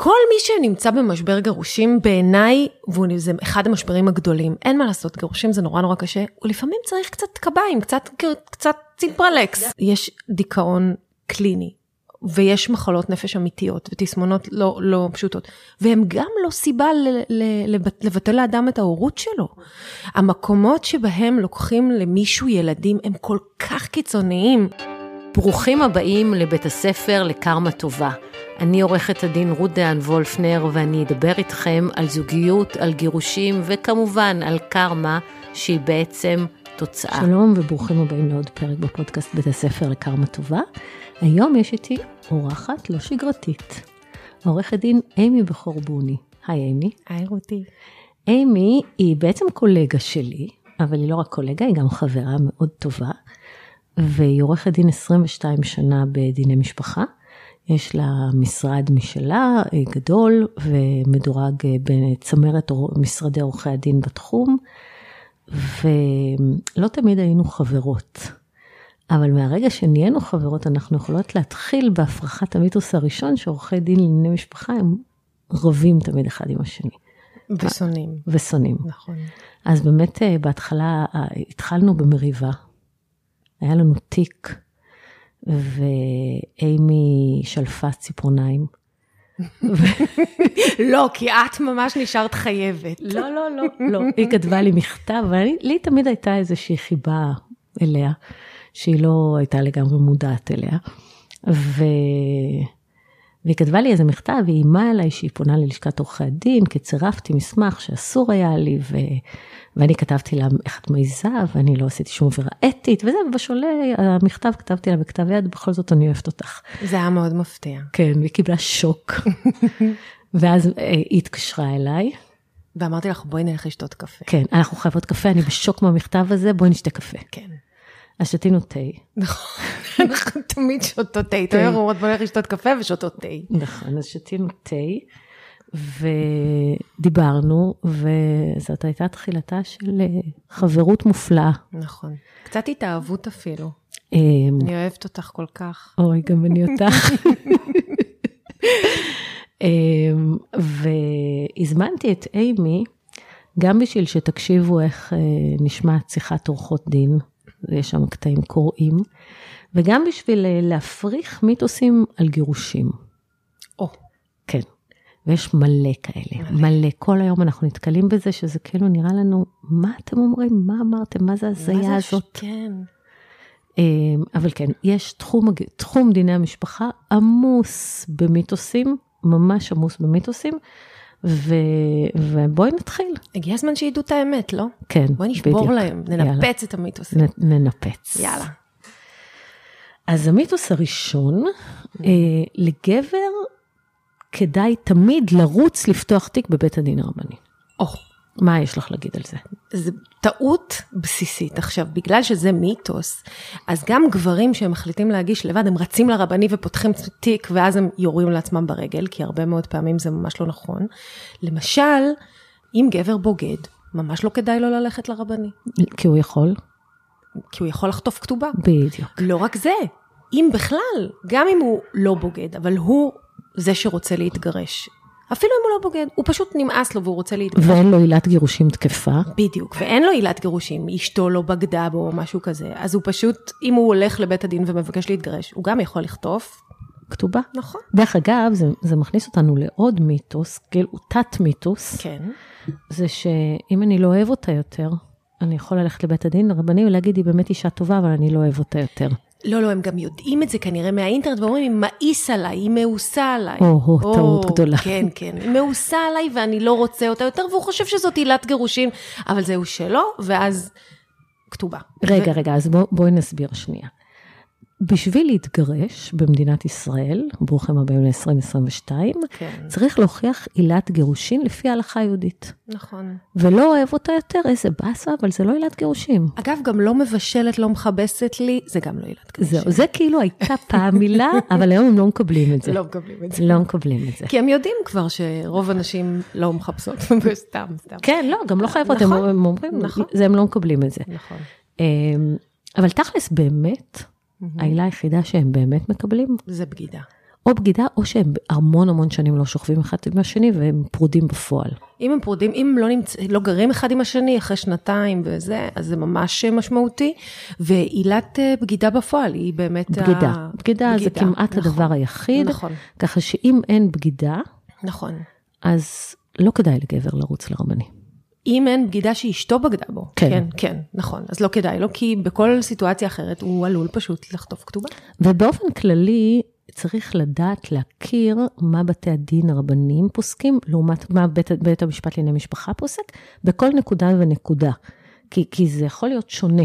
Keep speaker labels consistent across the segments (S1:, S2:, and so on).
S1: כל מי שנמצא במשבר גירושים בעיניי, וזה אחד המשברים הגדולים, אין מה לעשות, גירושים זה נורא נורא קשה, ולפעמים צריך קצת קביים, קצת ציפרלקס. יש דיכאון קליני, ויש מחלות נפש אמיתיות, ותסמונות לא פשוטות, והן גם לא סיבה לבטל לאדם את ההורות שלו. המקומות שבהם לוקחים למישהו ילדים הם כל כך קיצוניים.
S2: ברוכים הבאים לבית הספר לקרמה טובה. אני עורכת הדין רות דהן וולפנר, ואני אדבר איתכם על זוגיות, על גירושים, וכמובן על קרמה, שהיא בעצם תוצאה.
S3: שלום וברוכים הבאים לעוד פרק בפודקאסט בית הספר לקרמה טובה. היום יש איתי אורחת לא שגרתית, עורכת דין אימי בכור בוני. היי אימי.
S1: היי רותי.
S3: אימי היא בעצם קולגה שלי, אבל היא לא רק קולגה, היא גם חברה מאוד טובה, והיא עורכת דין 22 שנה בדיני משפחה. יש לה משרד משלה אה, גדול ומדורג אה, בצמרת משרדי עורכי הדין בתחום, ולא תמיד היינו חברות. אבל מהרגע שנהיינו חברות, אנחנו יכולות להתחיל בהפרחת המיתוס הראשון שעורכי דין לענייני משפחה הם רבים תמיד אחד עם השני.
S1: ושונאים.
S3: ושונאים.
S1: נכון.
S3: אז באמת אה, בהתחלה התחלנו במריבה. היה לנו תיק. ואימי שלפה ציפורניים.
S1: לא, כי את ממש נשארת חייבת.
S3: לא, לא, לא, לא. היא כתבה לי מכתב, אבל לי תמיד הייתה איזושהי חיבה אליה, שהיא לא הייתה לגמרי מודעת אליה. ו... והיא כתבה לי איזה מכתב, היא איימה עליי שהיא פונה ללשכת עורכי הדין, כי צירפתי מסמך שאסור היה לי, ו... ואני כתבתי לה איך את מעיזה, ואני לא עשיתי שום עבירה אתית, וזה, ובשולה המכתב כתבתי לה בכתב יד, בכל זאת אני אוהבת אותך.
S1: זה היה מאוד מפתיע.
S3: כן, והיא קיבלה שוק. ואז אה, היא התקשרה אליי.
S1: ואמרתי לך, בואי נלך לשתות קפה.
S3: כן, אנחנו חייבות קפה, אני בשוק מהמכתב הזה, בואי נשתה קפה.
S1: כן.
S3: אז שתינו תה.
S1: נכון, אנחנו תמיד שותות תה. תמיד אומרות בוא נלך לשתות קפה ושותות תה.
S3: נכון, אז שתינו תה, ודיברנו, וזאת הייתה תחילתה של אה, חברות מופלאה. אה,
S1: נכון. קצת התאהבות אפילו. אני אוהבת אותך כל כך.
S3: אוי, גם אני אותך. אמ, והזמנתי את אימי, גם בשביל שתקשיבו איך אה, נשמעת שיחת עורכות דין. יש שם קטעים קוראים, וגם בשביל אה, להפריך מיתוסים על גירושים.
S1: או.
S3: כן, ויש מלא כאלה, מלא. מלא. כל היום אנחנו נתקלים בזה, שזה כאילו נראה לנו, מה אתם אומרים? מה אמרתם? מה זה הזיה הזאת?
S1: כן.
S3: אבל כן, יש תחום, תחום דיני המשפחה עמוס במיתוסים, ממש עמוס במיתוסים. ו... ובואי נתחיל.
S1: הגיע הזמן שידעו את האמת, לא?
S3: כן, בדיוק.
S1: בואי נשבור בדיוק. להם, ננפץ יאללה. את המיתוסים.
S3: נ, ננפץ.
S1: יאללה.
S3: אז המיתוס הראשון, mm-hmm. אה, לגבר כדאי תמיד לרוץ לפתוח תיק בבית הדין הרבני.
S1: או. Oh.
S3: מה יש לך להגיד על זה?
S1: זו טעות בסיסית. עכשיו, בגלל שזה מיתוס, אז גם גברים שמחליטים להגיש לבד, הם רצים לרבני ופותחים תיק, ואז הם יורים לעצמם ברגל, כי הרבה מאוד פעמים זה ממש לא נכון. למשל, אם גבר בוגד, ממש לא כדאי לו ללכת לרבני.
S3: כי הוא יכול.
S1: כי הוא יכול לחטוף כתובה.
S3: בדיוק.
S1: לא רק זה, אם בכלל, גם אם הוא לא בוגד, אבל הוא זה שרוצה להתגרש. אפילו אם הוא לא בוגד, הוא פשוט נמאס לו והוא רוצה להתגרש.
S3: ואין לו עילת גירושים תקפה.
S1: בדיוק, ואין לו עילת גירושים, אשתו לא בגדה בו או משהו כזה, אז הוא פשוט, אם הוא הולך לבית הדין ומבקש להתגרש, הוא גם יכול לכתוב.
S3: כתובה.
S1: נכון.
S3: דרך אגב, זה, זה מכניס אותנו לעוד מיתוס, כאילו תת מיתוס.
S1: כן.
S3: זה שאם אני לא אוהב אותה יותר, אני יכול ללכת לבית הדין הרבני ולהגיד, היא באמת אישה טובה, אבל אני לא אוהב אותה יותר.
S1: לא, לא, הם גם יודעים את זה כנראה מהאינטרנט, ואומרים, היא מאיס עליי, היא מאוסה עליי.
S3: או-הו, oh, oh, טעות oh, גדולה.
S1: כן, כן, היא מאוסה עליי ואני לא רוצה אותה יותר, והוא חושב שזאת עילת גירושין, אבל זהו שלא, ואז כתובה.
S3: רגע, ו... רגע, אז בוא, בואי נסביר שנייה. בשביל להתגרש במדינת ישראל, ברוכים הבאים ל-2022,
S1: כן.
S3: צריך להוכיח עילת גירושין לפי ההלכה היהודית.
S1: נכון.
S3: ולא אוהב אותה יותר, איזה באסה, אבל זה לא עילת גירושין.
S1: אגב, גם לא מבשלת, לא מכבסת לי, זה גם לא עילת גירושין.
S3: זהו, זה כאילו הייתה פעם מילה, אבל היום הם לא מקבלים את זה.
S1: לא מקבלים את זה.
S3: לא מקבלים את זה.
S1: כי הם יודעים כבר שרוב הנשים לא מחפשות, סתם, סתם.
S3: כן, לא, גם לא חייבות, נכון, הם אומרים, נכון. זה, הם לא מקבלים את זה. אמ,
S1: נכון.
S3: אבל תכלס, באמת, Mm-hmm. העילה היחידה שהם באמת מקבלים.
S1: זה בגידה.
S3: או בגידה, או שהם המון המון שנים לא שוכבים אחד עם השני והם פרודים בפועל.
S1: אם הם פרודים, אם לא, נמצ... לא גרים אחד עם השני אחרי שנתיים וזה, אז זה ממש משמעותי. ועילת אה, בגידה בפועל היא באמת
S3: בגידה. בגידה זה כמעט
S1: נכון,
S3: הדבר היחיד,
S1: נכון,
S3: ככה שאם אין בגידה,
S1: נכון.
S3: אז לא כדאי לגבר לרוץ לרבני.
S1: אם אין בגידה שאשתו בגדה בו.
S3: כן.
S1: כן, כן, נכון. אז לא כדאי לו, כי בכל סיטואציה אחרת הוא עלול פשוט לחטוף כתובה.
S3: ובאופן כללי, צריך לדעת להכיר מה בתי הדין הרבניים פוסקים, לעומת מה בית, בית המשפט לענייני משפחה פוסק, בכל נקודה ונקודה. כי, כי זה יכול להיות שונה.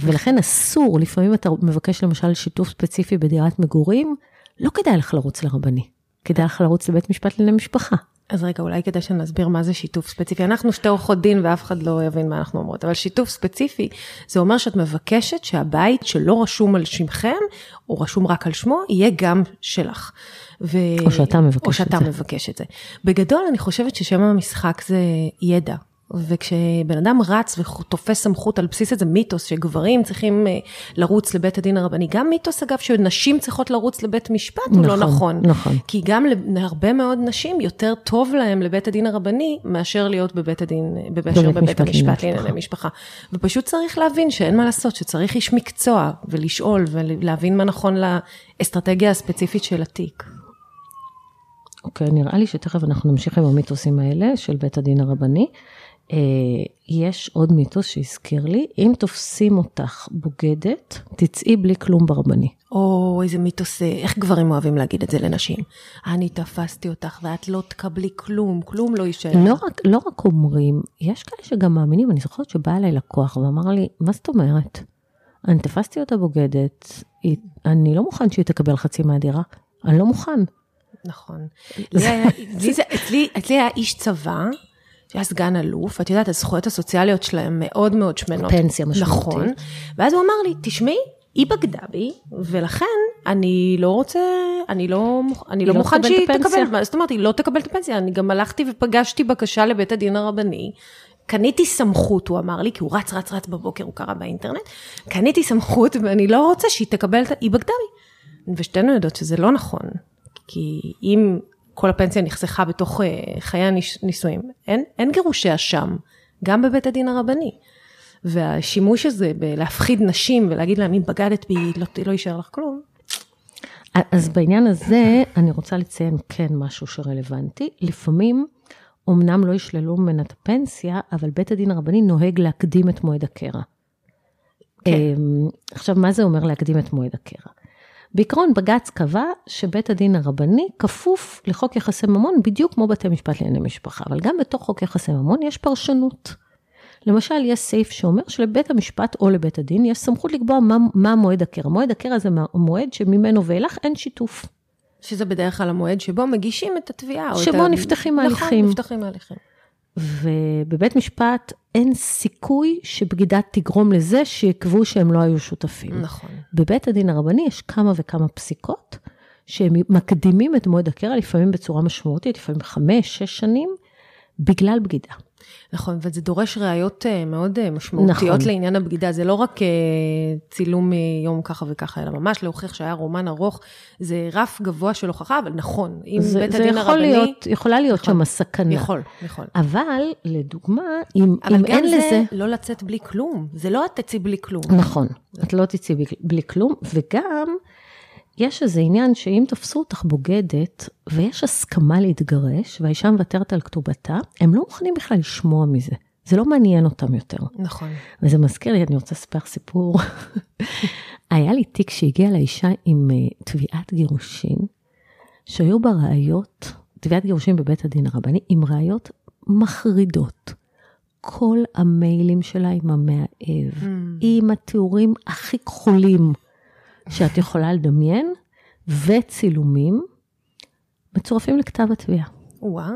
S3: ולכן אסור, לפעמים אתה מבקש למשל שיתוף ספציפי בדירת מגורים, לא כדאי לך לרוץ לרבני. כדאי לך לרוץ לבית משפט לענייני משפחה.
S1: אז רגע, אולי כדאי שנסביר מה זה שיתוף ספציפי. אנחנו שתי עורכות דין ואף אחד לא יבין מה אנחנו אומרות, אבל שיתוף ספציפי, זה אומר שאת מבקשת שהבית שלא רשום על שמכם, או רשום רק על שמו, יהיה גם שלך. ו...
S3: או שאתה מבקש
S1: או
S3: את
S1: שאתה
S3: זה.
S1: מבקש את זה. בגדול, אני חושבת ששם המשחק זה ידע. וכשבן אדם רץ ותופס סמכות על בסיס איזה מיתוס שגברים צריכים אה, לרוץ לבית הדין הרבני, גם מיתוס אגב שנשים צריכות לרוץ לבית משפט הוא לא
S3: נכון,
S1: נכון.
S3: נכון.
S1: כי גם להרבה מאוד נשים יותר טוב להם לבית הדין הרבני מאשר להיות בבית הדין, מאשר
S3: בבית
S1: בבית
S3: משפט לענייני
S1: המשפט לענייני משפחה. ופשוט צריך להבין שאין מה לעשות, שצריך איש מקצוע ולשאול ולהבין מה נכון לאסטרטגיה הספציפית של התיק.
S3: אוקיי, נראה לי שתכף אנחנו נמשיך עם המיתוסים האלה של בית הדין הרבני. אה, יש עוד מיתוס שהזכיר לי, אם תופסים אותך בוגדת, תצאי בלי כלום ברבני.
S1: או איזה מיתוס, אה, איך גברים אוהבים להגיד את זה לנשים? אני תפסתי אותך ואת לא תקבלי כלום, כלום לא יישאר.
S3: לא רק, לא רק אומרים, יש כאלה שגם מאמינים, אני זוכרת שבא אליי לקוח ואמר לי, מה זאת אומרת? אני תפסתי אותה בוגדת, היא, אני לא מוכן שהיא תקבל חצי מהדירה, אני לא מוכן.
S1: נכון. לי היה- לי זה- אצלי אצלי היה איש צבא, שהיה סגן אלוף, את יודעת, הזכויות הסוציאליות שלהם מאוד מאוד שמנות.
S3: פנסיה משמעותית.
S1: לא. נכון. ואז הוא אמר לי, תשמעי, היא בגדה בי, ולכן אני לא רוצה, אני לא, מוכ- אני
S3: היא
S1: לא
S3: לא
S1: מוכן
S3: תקבל
S1: שהיא
S3: את הפנסיה.
S1: תקבל, מה זאת אומרת, היא לא תקבל את הפנסיה, אני גם הלכתי ופגשתי בקשה לבית הדין הרבני. קניתי סמכות, הוא אמר לי, כי הוא רץ, רץ, רץ בבוקר, הוא קרא באינטרנט. קניתי סמכות, ואני לא רוצה שהיא תקבל, את ה- היא בגדה בי. ושתינו יודעות שזה לא נכון. כי אם כל הפנסיה נחסכה בתוך אה, חיי הנישואים, אין, אין גירושי אשם, גם בבית הדין הרבני. והשימוש הזה בלהפחיד נשים ולהגיד להם, אם בגדת בי, לא, לא יישאר לך כלום.
S3: אז בעניין הזה, אני רוצה לציין כן משהו שרלוונטי. לפעמים, אמנם לא ישללו ממנה את הפנסיה, אבל בית הדין הרבני נוהג להקדים את מועד הקרע.
S1: כן.
S3: אמ, עכשיו, מה זה אומר להקדים את מועד הקרע? בעיקרון, בג"ץ קבע שבית הדין הרבני כפוף לחוק יחסי ממון, בדיוק כמו בתי משפט לענייני משפחה, אבל גם בתוך חוק יחסי ממון יש פרשנות. למשל, יש סעיף שאומר שלבית המשפט או לבית הדין יש סמכות לקבוע מה, מה מועד הקרע. מועד הקרע זה מה- מועד שממנו ואילך אין שיתוף.
S1: שזה בדרך כלל המועד שבו מגישים את התביעה. או
S3: שבו
S1: את
S3: נפתחים ההליכים.
S1: נכון, נפתחים ההליכים.
S3: ובבית משפט אין סיכוי שבגידה תגרום לזה שיקבעו שהם לא היו שותפים.
S1: נכון.
S3: בבית הדין הרבני יש כמה וכמה פסיקות שהם מקדימים את מועד הקרע, לפעמים בצורה משמעותית, לפעמים חמש, שש שנים, בגלל בגידה.
S1: נכון, וזה דורש ראיות אה, מאוד אה, משמעותיות
S3: נכון.
S1: נכון. לעניין הבגידה. זה לא רק אה, צילום מיום ככה וככה, אלא ממש להוכיח שהיה רומן ארוך. זה רף גבוה של הוכחה, אבל נכון, אם
S3: זה,
S1: בית
S3: זה
S1: הדין
S3: יכול
S1: הרבני...
S3: להיות, יכולה להיות
S1: נכון.
S3: שם סכנה.
S1: יכול, יכול.
S3: אבל, לדוגמה, אם,
S1: אבל
S3: אם
S1: גם
S3: אין
S1: זה
S3: לזה...
S1: לא לצאת בלי כלום. זה לא את תצאי בלי כלום.
S3: נכון, את לא תצאי בלי- בלי כלום, וגם יש איזה עניין שאם תפסו אותך בוגדת ויש הסכמה להתגרש והאישה מוותרת על כתובתה, הם לא מוכנים בכלל לשמוע מזה, זה לא מעניין אותם יותר.
S1: נכון.
S3: וזה מזכיר לי, אני רוצה לספר סיפור. היה לי תיק שהגיע לאישה עם אה, תביעת גירושין, שהיו בה ראיות, תביעת גירושין בבית הדין הרבני, עם ראיות מחרידות. כל המיילים שלה עם המאהב, עם התיאורים הכי כחולים שאת יכולה לדמיין, וצילומים, מצורפים לכתב התביעה.
S1: וואו.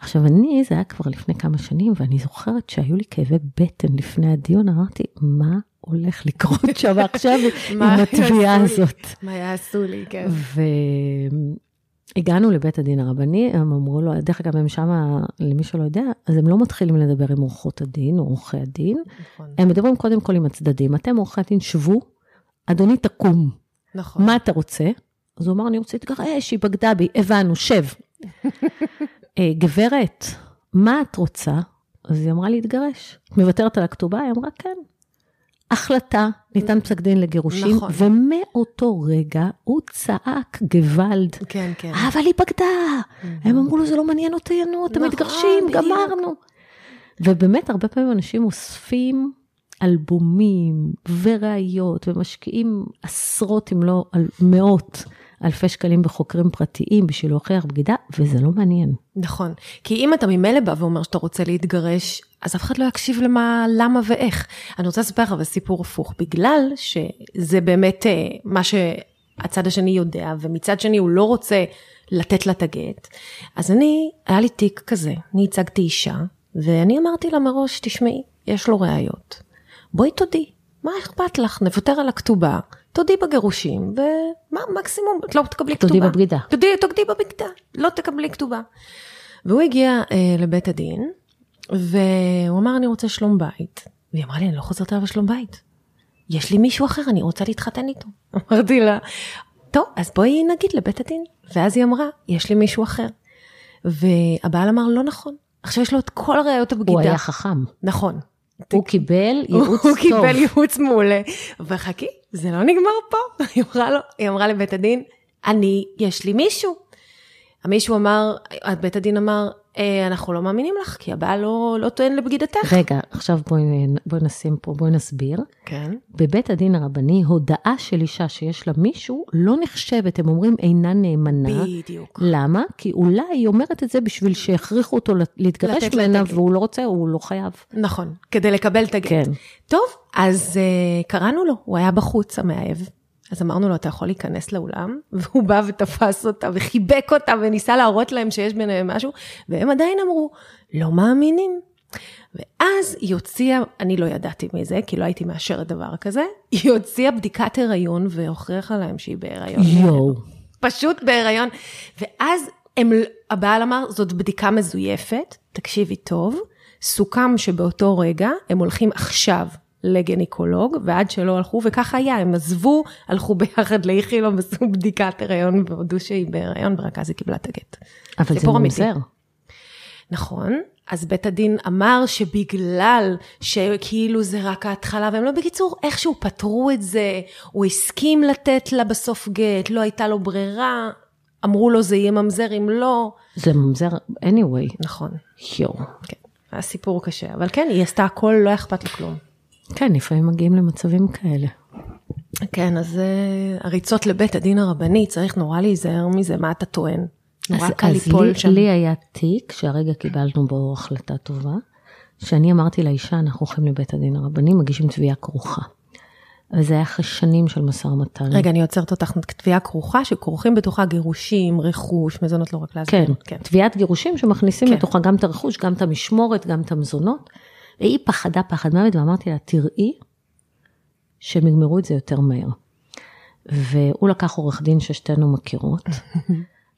S3: עכשיו אני, זה היה כבר לפני כמה שנים, ואני זוכרת שהיו לי כאבי בטן לפני הדיון, אמרתי, מה הולך לקרות שם עכשיו עם
S1: מה
S3: התביעה
S1: יעשו לי?"
S3: הזאת?
S1: מה יעשו לי, כן.
S3: והגענו לבית הדין הרבני, הם אמרו לו, דרך אגב, הם שמה, למי שלא יודע, אז הם לא מתחילים לדבר עם עורכות הדין או עורכי הדין,
S1: נכון.
S3: הם מדברים קודם כל עם הצדדים, אתם עורכי הדין שבו, אדוני תקום,
S1: נכון.
S3: מה אתה רוצה? אז הוא אמר, אני רוצה להתגרש, היא בגדה בי, הבנו, שב. "אה, גברת, מה את רוצה? אז היא אמרה להתגרש. מוותרת על הכתובה? היא אמרה, כן. החלטה, ניתן פסק דין לגירושים,
S1: נכון.
S3: ומאותו רגע הוא צעק גוואלד.
S1: כן, כן.
S3: אבל היא בגדה. הם אמרו לו, זה לא מעניין אותנו, אתם
S1: נכון,
S3: מתגרשים,
S1: בדיוק.
S3: גמרנו. ובאמת, הרבה פעמים אנשים אוספים אלבומים וראיות ומשקיעים עשרות, אם לא אל- מאות, אלפי שקלים בחוקרים פרטיים בשביל להוכיח בגידה, וזה לא מעניין.
S1: נכון. כי אם אתה ממילא בא ואומר שאתה רוצה להתגרש, אז אף אחד לא יקשיב למה, למה ואיך. אני רוצה לספר לך אבל סיפור הפוך, בגלל שזה באמת אה, מה שהצד השני יודע, ומצד שני הוא לא רוצה לתת לה את הגט. אז אני, היה לי תיק כזה, אני ייצגתי אישה, ואני אמרתי לה מראש, תשמעי, יש לו ראיות. בואי תודי, מה אכפת לך? נוותר על הכתובה, תודי בגירושים, ומה מקסימום, את לא תקבלי
S3: תודי
S1: כתובה.
S3: בבגידה.
S1: תודי, תודי בבגידה, לא תקבלי כתובה. והוא הגיע אה, לבית הדין, והוא אמר, אני רוצה שלום בית. והיא אמרה לי, אני לא חוזרת אליו לשלום בית. יש לי מישהו אחר, אני רוצה להתחתן איתו. אמרתי לה, טוב, אז בואי נגיד לבית הדין. ואז היא אמרה, יש לי מישהו אחר. והבעל אמר, לא נכון. עכשיו יש לו את כל ראיות הבגידה.
S3: הוא היה חכם.
S1: נכון.
S3: הוא קיבל ייעוץ
S1: הוא
S3: טוב.
S1: קיבל ייעוץ מעולה. וחכי, זה לא נגמר פה. היא אמרה לו, היא אמרה לבית הדין, אני, יש לי מישהו. מישהו אמר, בית הדין אמר, "אה, אנחנו לא מאמינים לך, כי הבעל לא, לא טוען לבגידתך.
S3: רגע, עכשיו בואי בואי נשים פה, בואי נסביר.
S1: כן.
S3: בבית הדין הרבני, הודאה של אישה שיש לה מישהו לא נחשבת, הם אומרים אינה נאמנה.
S1: בדיוק.
S3: למה? כי אולי היא אומרת את זה בשביל שיכריחו אותו לת- להתגרש
S1: לתת לה את
S3: ממנה,
S1: הגט.
S3: והוא לא רוצה, הוא לא חייב.
S1: נכון, כדי לקבל את הגט.
S3: כן.
S1: טוב, אז uh, קראנו לו, הוא היה בחוץ, המאהב. אז אמרנו לו, אתה יכול להיכנס לאולם? והוא בא ותפס אותה וחיבק אותה וניסה להראות להם שיש ביניהם משהו, והם עדיין אמרו, לא מאמינים. ואז היא הוציאה, אני לא ידעתי מזה, כי לא הייתי מאשרת דבר כזה, היא הוציאה בדיקת הריון והוכיחה להם שהיא בהיריון.
S3: יואו.
S1: פשוט בהיריון. ואז הם, הבעל אמר, זאת בדיקה מזויפת, תקשיבי טוב, סוכם שבאותו רגע הם הולכים עכשיו לגניקולוג, ועד שלא הלכו, וככה היה, הם עזבו, הלכו ביחד לאיכילוב, עשו בדיקת הריון והודו שהיא בהיריון, ורק אז היא קיבלה את הגט.
S3: אבל זה
S1: סיפור אמיתי.
S3: ממזר.
S1: נכון, אז בית הדין אמר שבגלל שכאילו זה רק ההתחלה, והם לא בקיצור, איכשהו פתרו את זה, הוא הסכים לתת לה בסוף גט, לא הייתה לו ברירה, אמרו לו זה יהיה ממזר אם לא.
S3: זה ממזר, anyway.
S1: נכון,
S3: יואו.
S1: כן, היה סיפור קשה, אבל כן, היא עשתה הכל, לא היה אכפת לה כלום.
S3: כן, לפעמים מגיעים למצבים כאלה.
S1: כן, אז אה, הריצות לבית הדין הרבני, צריך נורא להיזהר מזה, מה אתה טוען? נורא
S3: אז-
S1: קל
S3: אז
S1: ליפול
S3: לי,
S1: שם.
S3: לי היה תיק, שהרגע קיבלנו בו החלטה טובה, שאני אמרתי לאישה, אנחנו הולכים לבית הדין הרבני, מגישים תביעה כרוכה. וזה היה אחרי שנים של משא ומתן.
S1: רגע, אני עוצרת אותך, תביעה כרוכה, שכרוכים בתוכה גירושים, רכוש, מזונות לא רק להסביר.
S3: כן, תביעת גירושים שמכניסים
S1: כן.
S3: לתוכה גם את הרכוש, גם את המשמורת, גם את המזונות. והיא פחדה פחד מוות, ואמרתי לה, תראי שהם יגמרו את זה יותר מהר. והוא לקח עורך דין ששתינו מכירות,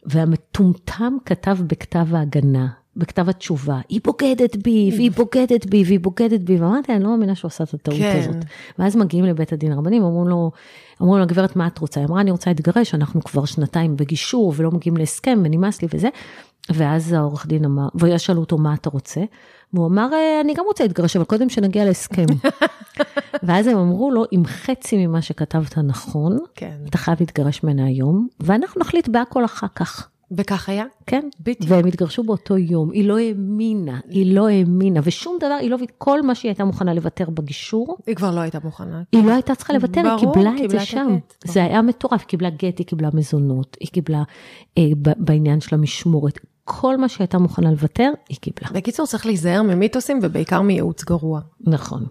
S3: והמטומטם כתב בכתב ההגנה, בכתב התשובה, היא בוגדת בי, והיא בוגדת בי, והיא בוגדת בי, ואמרתי, אני לא מאמינה שהוא עשה את הטעות
S1: כן.
S3: הזאת. ואז מגיעים לבית הדין הרבנים, אומרים לו, אמרו לו, גברת, מה את רוצה? היא אמרה, אני רוצה להתגרש, אנחנו כבר שנתיים בגישור ולא מגיעים להסכם ונמאס לי וזה. ואז העורך דין אמר, ושאלו אותו, מה אתה רוצה? והוא אמר, "אה, אני גם רוצה להתגרש, אבל קודם שנגיע להסכם. ואז הם אמרו לו, אם חצי ממה שכתבת נכון,
S1: כן.
S3: אתה חייב להתגרש ממנה היום, ואנחנו נחליט בהכל אחר כך.
S1: וכך היה?
S3: כן,
S1: בדיוק.
S3: והם התגרשו באותו יום, היא לא האמינה, היא לא האמינה, ושום דבר, היא לא, כל מה שהיא הייתה מוכנה לוותר בגישור,
S1: היא כבר לא הייתה מוכנה.
S3: היא לא הייתה צריכה לוותר, היא
S1: ברור,
S3: קיבלה את
S1: קיבלה
S3: זה
S1: את
S3: שם.
S1: הגט.
S3: זה היה מטורף, היא קיבלה גט, היא קיבלה מזונות, היא קיבלה אה, ב- בעניין של המשמורת, כל מה שהייתה מוכנה לוותר, היא קיבלה.
S1: בקיצור, צריך להיזהר ממיתוסים ובעיקר מייעוץ גרוע.
S3: נכון.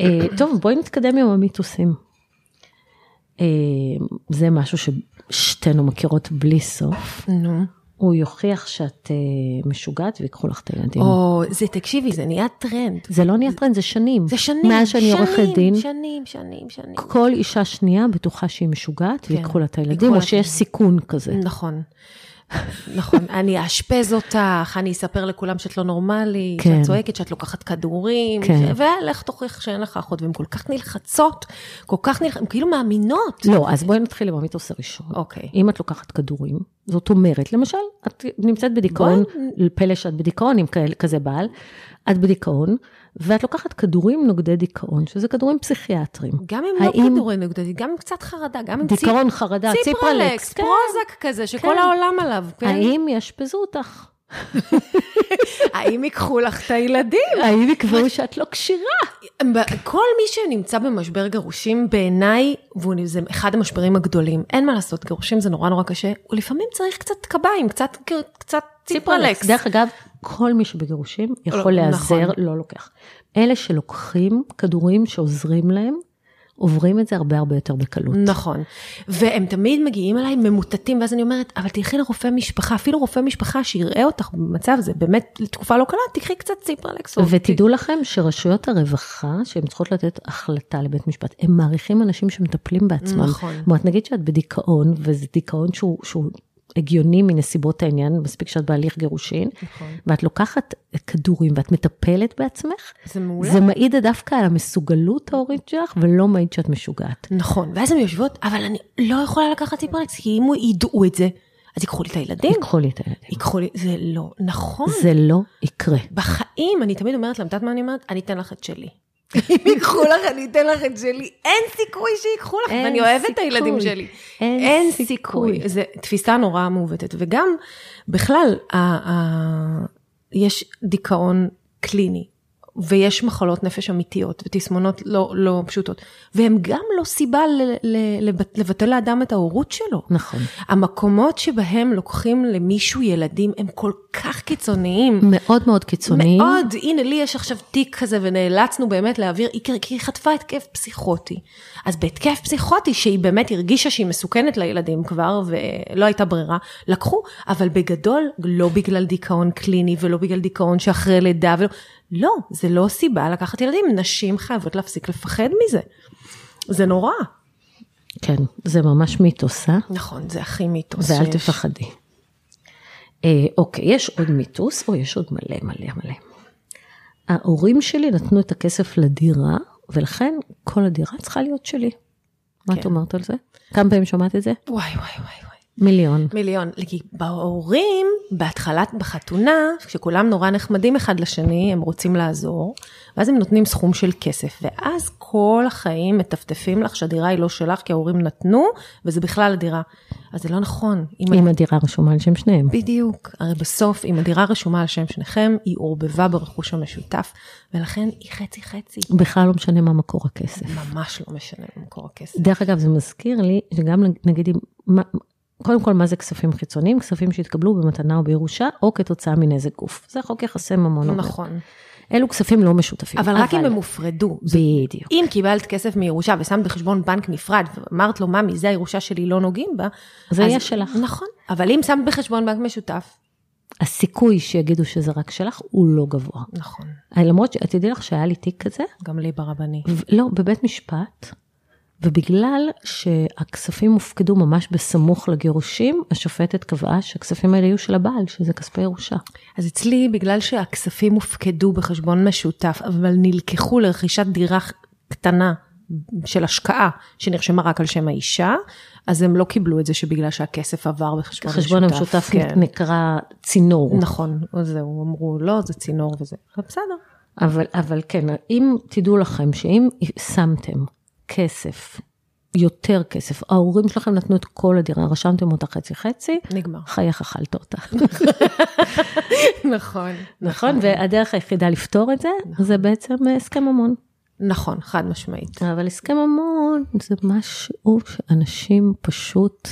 S3: אה, טוב, בואי נתקדם עם המיתוסים. אה, זה משהו ששתינו מכירות בלי סוף.
S1: נו.
S3: הוא יוכיח שאת אה, משוגעת ויקחו לך את הילדים.
S1: או, זה, תקשיבי, זה נהיה טרנד.
S3: זה לא נהיה טרנד, זה שנים.
S1: זה שנים,
S3: מאז שאני עורכת
S1: שנים,
S3: דין,
S1: שנים, שנים, שנים.
S3: כל אישה שנייה בטוחה שהיא משוגעת
S1: כן.
S3: ויקחו לה את
S1: ייקחו
S3: הילדים,
S1: לה
S3: או
S1: את
S3: שיש סיכון כזה.
S1: נכון. נכון, אני אאשפז אותך, אני אספר לכולם שאת לא נורמלית,
S3: כן.
S1: שאת צועקת, שאת לוקחת כדורים,
S3: כן.
S1: ש... ולך תוכיח שאין לך אחות, והן כל כך נלחצות, כל כך נלחצות, הן כאילו מאמינות.
S3: לא, אז בואי נתחיל עם המיתוס הראשון.
S1: אוקיי.
S3: אם את לוקחת כדורים, זאת אומרת, למשל, את נמצאת בדיכאון, פלא שאת בדיכאון עם כאל- כזה בעל, את בדיכאון, ואת לוקחת כדורים נוגדי דיכאון, שזה כדורים פסיכיאטריים.
S1: גם אם לא
S3: האם-
S1: כדורי נוגדתי, גם עם קצת חרדה, גם עם ציפ-
S3: דיכאון, חרדה, ציפרלקס, כן.
S1: פרוזק כזה, שכל
S3: כן.
S1: העולם עליו. כן?
S3: האם יאשפזו אותך?
S1: האם ייקחו לך את הילדים?
S3: האם יקבעו שאת לא כשירה?
S1: כל מי שנמצא במשבר גירושים, בעיניי, וזה אחד המשברים הגדולים, אין מה לעשות, גירושים זה נורא נורא קשה, הוא לפעמים צריך קצת קביים, קצת, קצת ציפרלקס.
S3: דרך אגב, כל מי שבגירושים יכול
S1: לא,
S3: להיעזר,
S1: נכון.
S3: לא לוקח. אלה שלוקחים כדורים שעוזרים להם, עוברים את זה הרבה הרבה יותר בקלות.
S1: נכון. והם תמיד מגיעים אליי ממוטטים, ואז אני אומרת, אבל תלכי לרופא משפחה, אפילו רופא משפחה שיראה אותך במצב, זה באמת תקופה לא קלה, תקחי קצת ציפרלקס. או
S3: ותדעו לכם שרשויות הרווחה, שהן צריכות לתת החלטה לבית משפט, הם מעריכים אנשים שמטפלים בעצמם.
S1: נכון.
S3: זאת אומרת, נגיד שאת בדיכאון, וזה דיכאון שהוא, שהוא הגיוני מנסיבות העניין, מספיק שאת בהליך גירושין,
S1: נכון.
S3: ואת לוקחת כדורים ואת מטפלת בעצמך,
S1: זה מעולה.
S3: זה מעיד דווקא על המסוגלות ההורית שלך, ולא מעיד שאת משוגעת.
S1: נכון, ואז הן יושבות, אבל אני לא יכולה לקחת ציפרלקס, כי אם ידעו את זה, אז ייקחו לי את הילדים,
S3: לקחו לי את הילדים.
S1: ייקחו לי, זה לא נכון.
S3: זה לא יקרה.
S1: בחיים, אני תמיד אומרת להם, את יודעת מה אני אומרת? אני אתן לך את שלי. אם ייקחו לך, אני אתן לך את שלי. אין סיכוי שיקחו לך,
S3: אין
S1: ואני אוהבת את
S3: סיכוי.
S1: הילדים שלי.
S3: אין
S1: אין
S3: סיכוי.
S1: סיכוי. זו תפיסה נורא מעוותת. וגם, בכלל, ה- ה- יש דיכאון קליני, ויש מחלות נפש אמיתיות, ותסמונות לא- לא פשוטות, והן גם לא סיבה ל- ל- לבת- לבטל לאדם את ההורות שלו.
S3: נכון.
S1: המקומות שבהם לוקחים למישהו ילדים הם כל כך קיצוניים.
S3: מאוד מאוד קיצוני.
S1: מאוד, הנה לי יש עכשיו תיק כזה ונאלצנו באמת להעביר, היא כי- כי היא חטפה התקף פסיכוטי. אז בהתקף פסיכוטי שהיא באמת הרגישה שהיא מסוכנת לילדים כבר ולא הייתה ברירה, לקחו, אבל בגדול לא בגלל דיכאון קליני ולא בגלל דיכאון שאחרי לידה ולא, לא, זה לא סיבה לקחת ילדים, נשים חייבות להפסיק לפחד מזה. זה נורא.
S3: כן, זה ממש מיתוס, אה?
S1: נכון, זה הכי מיתוס
S3: ואל תפחדי. אה, אוקיי, יש עוד מיתוס, או יש עוד מלא מלא מלא. ההורים שלי נתנו את הכסף לדירה, ולכן כל הדירה צריכה להיות שלי. מה את
S1: כן.
S3: אומרת על זה? כמה פעמים שמעת את זה?
S1: וואי וואי וואי וואי.
S3: מיליון.
S1: מיליון. כי בהורים, בהתחלת, בחתונה, כשכולם נורא נחמדים אחד לשני, הם רוצים לעזור, ואז הם נותנים סכום של כסף, ואז כל החיים מטפטפים לך שהדירה היא לא שלך, כי ההורים נתנו, וזה בכלל הדירה. אז זה לא נכון. אם
S3: אם הדירה רשומה על שם שניהם.
S1: בדיוק. הרי בסוף, אם הדירה רשומה על שם שניכם, היא עורבבה ברכוש המשותף, ולכן היא חצי-חצי.
S3: בכלל לא משנה מה מקור הכסף.
S1: ממש לא משנה ממקור הכסף.
S3: דרך אגב, זה מזכיר לי, שגם נגיד, אם- מה- קודם כל, מה זה כספים חיצוניים? כספים שהתקבלו במתנה או בירושה, או כתוצאה מנזק גוף. זה חוק יחסי ממון. אומר.
S1: נכון.
S3: אלו כספים לא משותפים.
S1: אבל רק אם הם הופרדו,
S3: בדיוק.
S1: אם קיבלת כסף מירושה ושמת בחשבון בנק נפרד, ואמרת לו, ממי, זה הירושה שלי, לא נוגעים בה,
S3: זה
S1: אז-
S3: יהיה שלך.
S1: נכון, אבל אם שמת בחשבון בנק משותף,
S3: הסיכוי שיגידו שזה רק שלך הוא לא גבוה.
S1: נכון,
S3: למרות שתדעי לך שהיה לי תיק כזה,
S1: גם לי ברבני.
S3: ו- לא, בבית משפט, ובגלל שהכספים הופקדו ממש בסמוך לגירושים, השופטת קבעה שהכספים האלה יהיו של הבעל, שזה כספי ירושה.
S1: אז אצלי, בגלל שהכספים הופקדו בחשבון משותף, אבל נלקחו לרכישת דירה קטנה של השקעה, שנרשמה רק על שם האישה, אז הם לא קיבלו את זה שבגלל שהכסף עבר בחשבון משותף.
S3: החשבון המשותף
S1: כן.
S3: נקרא צינור.
S1: נכון, אז זהו, אמרו, לא, זה צינור וזה, אבל בסדר.
S3: אבל, אבל כן, אם תדעו לכם שאם שמתם כסף, יותר כסף, ההורים שלכם נתנו את כל הדירה, רשמתם אותה חצי חצי,
S1: נגמר.
S3: חייך אכלת אותה.
S1: נכון.
S3: נכון? והדרך היחידה לפתור את זה, זה בעצם אה, הסכם ממון.
S1: נכון, חד משמעית.
S3: אבל הסכם ממון זה משהו שאנשים פשוט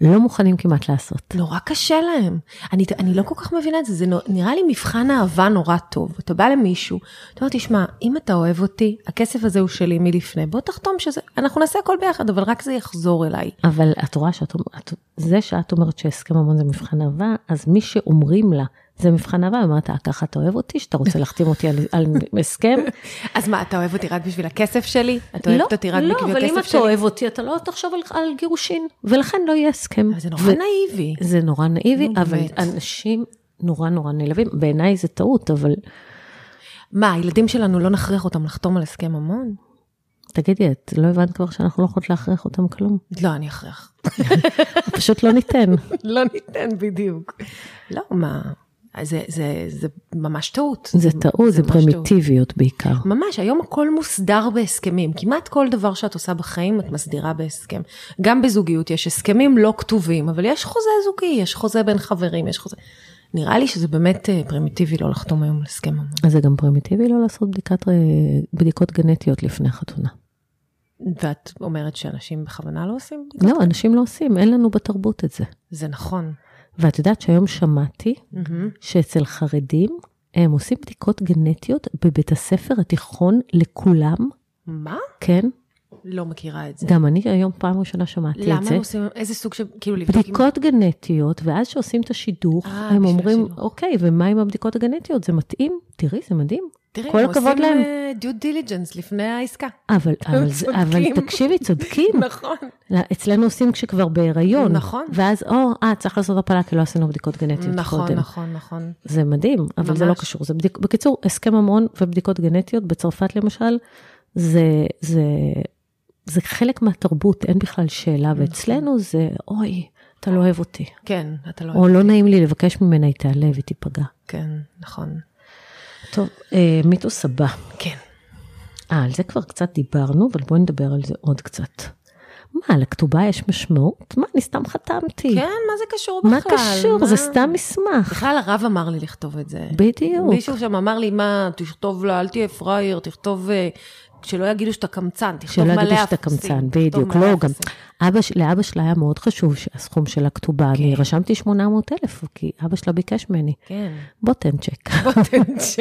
S3: לא מוכנים כמעט לעשות.
S1: נורא קשה להם. אני, אני לא כל כך מבינה את זה, זה נו- נראה לי מבחן אהבה נורא טוב. אתה בא למישהו, אתה אומר, תשמע, אם אתה אוהב אותי, הכסף הזה הוא שלי מלפני, בוא תחתום שזה, אנחנו נעשה הכל ביחד, אבל רק זה יחזור אליי.
S3: אבל את רואה שאת אומרת, זה שאת אומרת שהסכם ממון זה מבחן אהבה, אז מי שאומרים לה, זה מבחן אהבה, אמרת, "אה, ככה אתה אוהב אותי, שאתה רוצה להחתים אותי על, על הסכם?
S1: אז מה, אתה אוהב אותי רק בשביל הכסף שלי? את אוהבת אותי רק
S3: לא,
S1: בשביל
S3: אבל אם
S1: הכסף
S3: אתה
S1: שלי?
S3: אוהב אותי, אתה לא תחשוב על, על גירושין, ולכן לא יהיה הסכם.
S1: אבל זה נורא
S3: ו-
S1: נאיבי.
S3: זה נורא נאיבי,
S1: נו,
S3: אבל
S1: באמת.
S3: אנשים נורא נורא נעלבים, בעיניי זה טעות, אבל
S1: מה, הילדים שלנו לא נכריח אותם לחתום על הסכם ממון?
S3: תגידי, את לא הבנת כבר שאנחנו לא יכולות להכריח אותם כלום?
S1: לא, אני אכריח.
S3: פשוט לא ניתן.
S1: לא ניתן בדיוק. לא, מה, זה, זה, זה ממש טעות.
S3: זה טעות, זה
S1: ממש טעות.
S3: פרימיטיביות בעיקר.
S1: ממש, היום הכל מוסדר בהסכמים. כמעט כל דבר שאת עושה בחיים, את מסדירה בהסכם. גם בזוגיות יש הסכמים לא כתובים, אבל יש חוזה זוגי, יש חוזה בין חברים, יש חוזה... נראה לי שזה באמת אה, פרימיטיבי לא לחתום היום על הסכם ממון.
S3: אז זה גם פרימיטיבי לא לעשות בדיקת, אה, בדיקות גנטיות לפני חתונה.
S1: ואת אומרת שאנשים בכוונה לא עושים? בדיקות?
S3: לא, אנשים לא עושים, אין לנו בתרבות את זה.
S1: זה נכון.
S3: ואת יודעת שהיום שמעתי
S1: מהמם.
S3: שאצל חרדים הם עושים בדיקות גנטיות בבית הספר התיכון לכולם,
S1: מה?
S3: כן?
S1: לא מכירה את זה.
S3: גם אני היום פעם ראשונה שמעתי את זה.
S1: למה הם עושים, איזה סוג של, כאילו לבדוק אם-
S3: בדיקות גנטיות, ואז שעושים את השידוך,
S1: אה,
S3: הם
S1: בשביל
S3: אומרים,
S1: השידוך. אוקיי,
S3: אוקיי, ומה עם הבדיקות הגנטיות? זה מתאים? תראי, זה מדהים.
S1: תראי,
S3: כל
S1: הם
S3: הכבוד
S1: עושים,
S3: להם.
S1: אה, due diligence לפני העסקה.
S3: אבל, אבל, זה- אבל
S1: צודקים.
S3: תקשיבי, צודקים.
S1: נכון.
S3: לא, אצלנו עושים כשכבר בהיריון.
S1: נכון.
S3: ואז, או, אה, צריך לעשות הפלה כי לא עשינו בדיקות גנטיות
S1: נכון,
S3: קודם.
S1: נכון, נכון.
S3: זה מדהים, אבל זה לא
S1: ממש.
S3: קשור. זה בדיק... בקיצור, הסכם ממון ובדיקות גנטיות, בצרפת למשל, זה, זה, זה חלק מהתרבות, אין בכלל שאלה,
S1: נכון.
S3: ואצלנו זה, אוי, אתה לא אוהב אותי.
S1: כן, אתה לא...
S3: או לא נעים לי לבקש ממנה, היא תיעלב, היא תיפגע.
S1: כן, נכון.
S3: טוב, אה, מיתוס הבא.
S1: כן.
S3: אה, על זה כבר קצת דיברנו, אבל בואי נדבר על זה עוד קצת. מה, לכתובה יש משמעות? מה, אני סתם חתמתי.
S1: כן, מה זה קשור בכלל?
S3: מה קשור? זה סתם מסמך.
S1: בכלל הרב אמר לי לכתוב את זה.
S3: בדיוק.
S1: מישהו שם אמר לי, מה, תכתוב לה, אל תהיה פראייר, תכתוב... אה, שלא יגידו שאתה קמצן, תכתוב
S3: שלא
S1: מלא אפסים.
S3: יגידו שאתה קמצן,
S1: תכתוב
S3: בדיוק,
S1: מלא
S3: לא, גם
S1: אפסים.
S3: אבא, ש- לאבא שלה היה מאוד חשוב שהסכום שלה כתובה, אני רשמתי 800 אלף, כי אבא שלה ביקש ממני,
S1: כן.
S3: בוטם צ'ק.
S1: פוטנט ש-